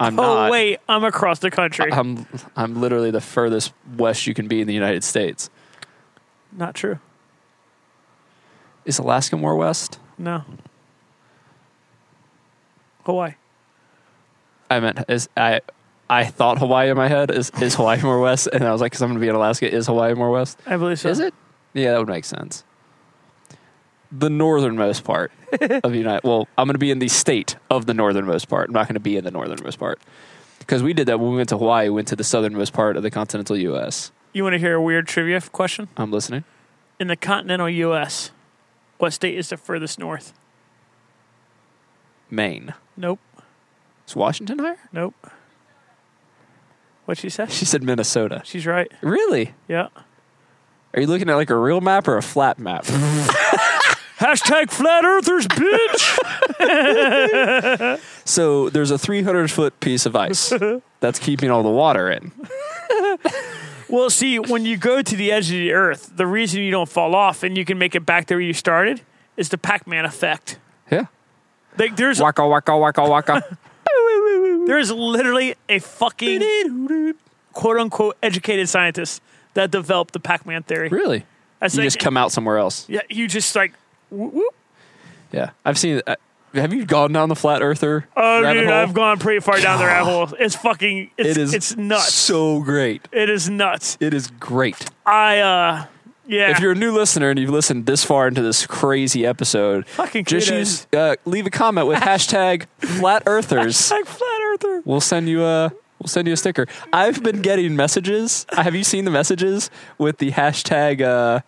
I'm oh not. Uh, wait, I'm across the country. I'm I'm literally the furthest west you can be in the United States. not true. Is Alaska more west? No. Hawaii. I meant is I I thought Hawaii in my head is is Hawaii more west, and I was like, because I'm gonna be in Alaska, is Hawaii more west? I believe so. Is it? Yeah, that would make sense. The northernmost part of the United. Well, I'm going to be in the state of the northernmost part. I'm not going to be in the northernmost part because we did that when we went to Hawaii. We went to the southernmost part of the continental U.S. You want to hear a weird trivia f- question? I'm listening. In the continental U.S., what state is the furthest north? Maine. Nope. Is Washington higher? Nope. What she said? She said Minnesota. She's right. Really? Yeah. Are you looking at like a real map or a flat map? Hashtag flat earthers, bitch. so there's a 300 foot piece of ice that's keeping all the water in. well, see, when you go to the edge of the earth, the reason you don't fall off and you can make it back there where you started is the Pac-Man effect. Yeah. Like there's Waka waka waka waka. there is literally a fucking quote unquote educated scientist that developed the Pac-Man theory. really? That's You like- just come out somewhere else. Yeah, you just like whoop, whoop. Yeah, I've seen. Uh, have you gone down the flat earther? Oh, rabbit dude, hole? I've gone pretty far down the rabbit hole. It's fucking, it's, It is. it's nuts. So great. it is nuts. It is great. I, uh, yeah. If you're a new listener and you've listened this far into this crazy episode, Fucking just kudos. use uh, leave a comment with hashtag flat earthers. like flat earther. We'll send you a we'll send you a sticker. I've been getting messages. Have you seen the messages with the hashtag? Uh,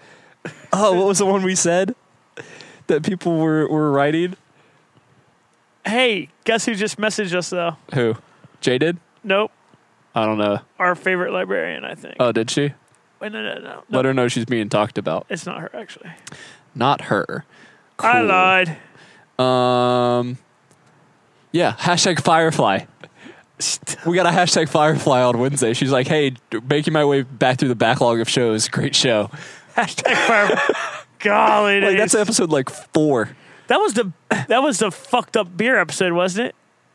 oh, what was the one we said that people were were writing? Hey, guess who just messaged us though? Who? Jay did? Nope. I don't know. Our favorite librarian, I think. Oh, did she? Wait, no, no, no. no Let her know she's being talked about. it's not her, actually. not her. I Cool. lied. Um, yeah, hashtag Firefly. We got a hashtag Firefly on Wednesday. She's like, "Hey, d- making my way back through the backlog of shows. Great show. Hashtag fire. Golly, Like that's days. episode like four. that was the that was the fucked up beer episode, wasn't it?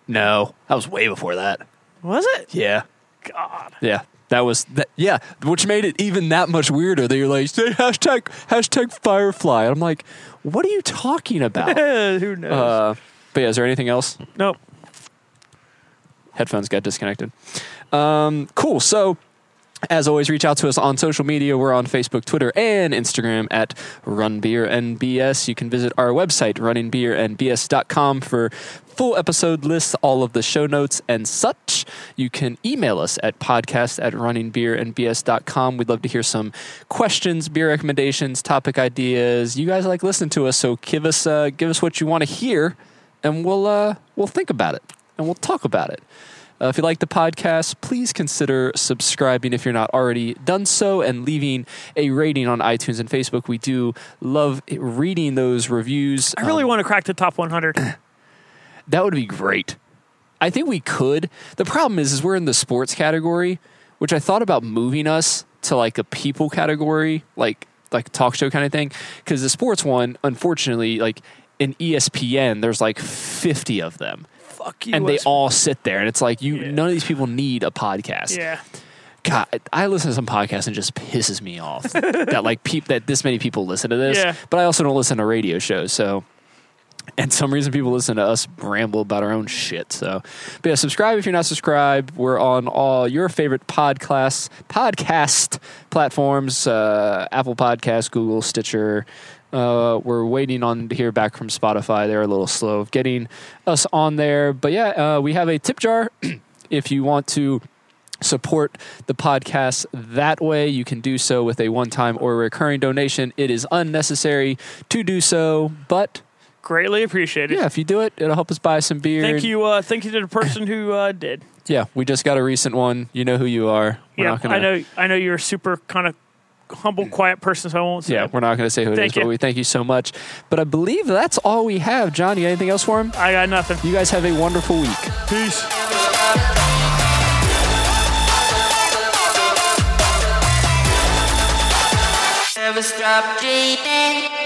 No, that was way before that. Was it? Yeah, God. yeah, that was that. Yeah, which made it even that much weirder. That you're like, say hashtag hashtag Firefly. And I'm like, what are you talking about? Eh, who knows? uh, but yeah, is there anything else? nope. headphones got disconnected. Um, cool. So, as always, reach out to us on social media. We're on Facebook, Twitter, and Instagram at Run Beer and BS. You can visit our website, runningbeerandbs.com, for full episode lists, all of the show notes, and such. You can email us at podcast at runningbeerandbs.com. We'd love to hear some questions, beer recommendations, topic ideas. You guys like listening to us, so give us uh, give us what you want to hear, and we'll uh, we'll think about it and we'll talk about it. Uh, if you like the podcast, please consider subscribing if you're not already done so and leaving a rating on iTunes and Facebook. We do love reading those reviews. I really Um, want to crack the top 100. that would be great. I think we could. The problem is, is we're in the sports category, which I thought about moving us to like a people category, like like talk show kind of thing, because the sports one, unfortunately, like in E ESPN, there's like 50 of them, Fuck you. and they Wes. all sit there, and it's like you, Yeah. none of these people need a podcast. Yeah. God, I listen to some podcasts and it just pisses me off that like peop that this many people listen to this. Yeah. But I also don't listen to radio shows, so and some reason people listen to us ramble about our own shit. So, but yeah, subscribe if you're not subscribed. We're on all your favorite podcast podcast platforms: uh, Apple Podcasts, Google, Stitcher. Uh, we're waiting on to hear back from Spotify. They're a little slow of getting us on there, but yeah, uh, we have a tip jar. if you want to support the podcast that way. You can do so with a one time or recurring donation. It is unnecessary to do so, but Greatly appreciated. yeah, if you do it, it'll help us buy some beer. Thank you. Uh, thank you to the person who uh, did. Yeah, we just got a recent one. You know who you are. We're yeah. not gonna, I know. I know you're a super kind of humble, quiet person, so I won't say. Yeah, it. we're not going to say who it is, Thank but you. we thank you so much. But I believe that's all we have. John, you got anything else for him? I got nothing. You guys have a wonderful week. Peace. Never stop dreaming.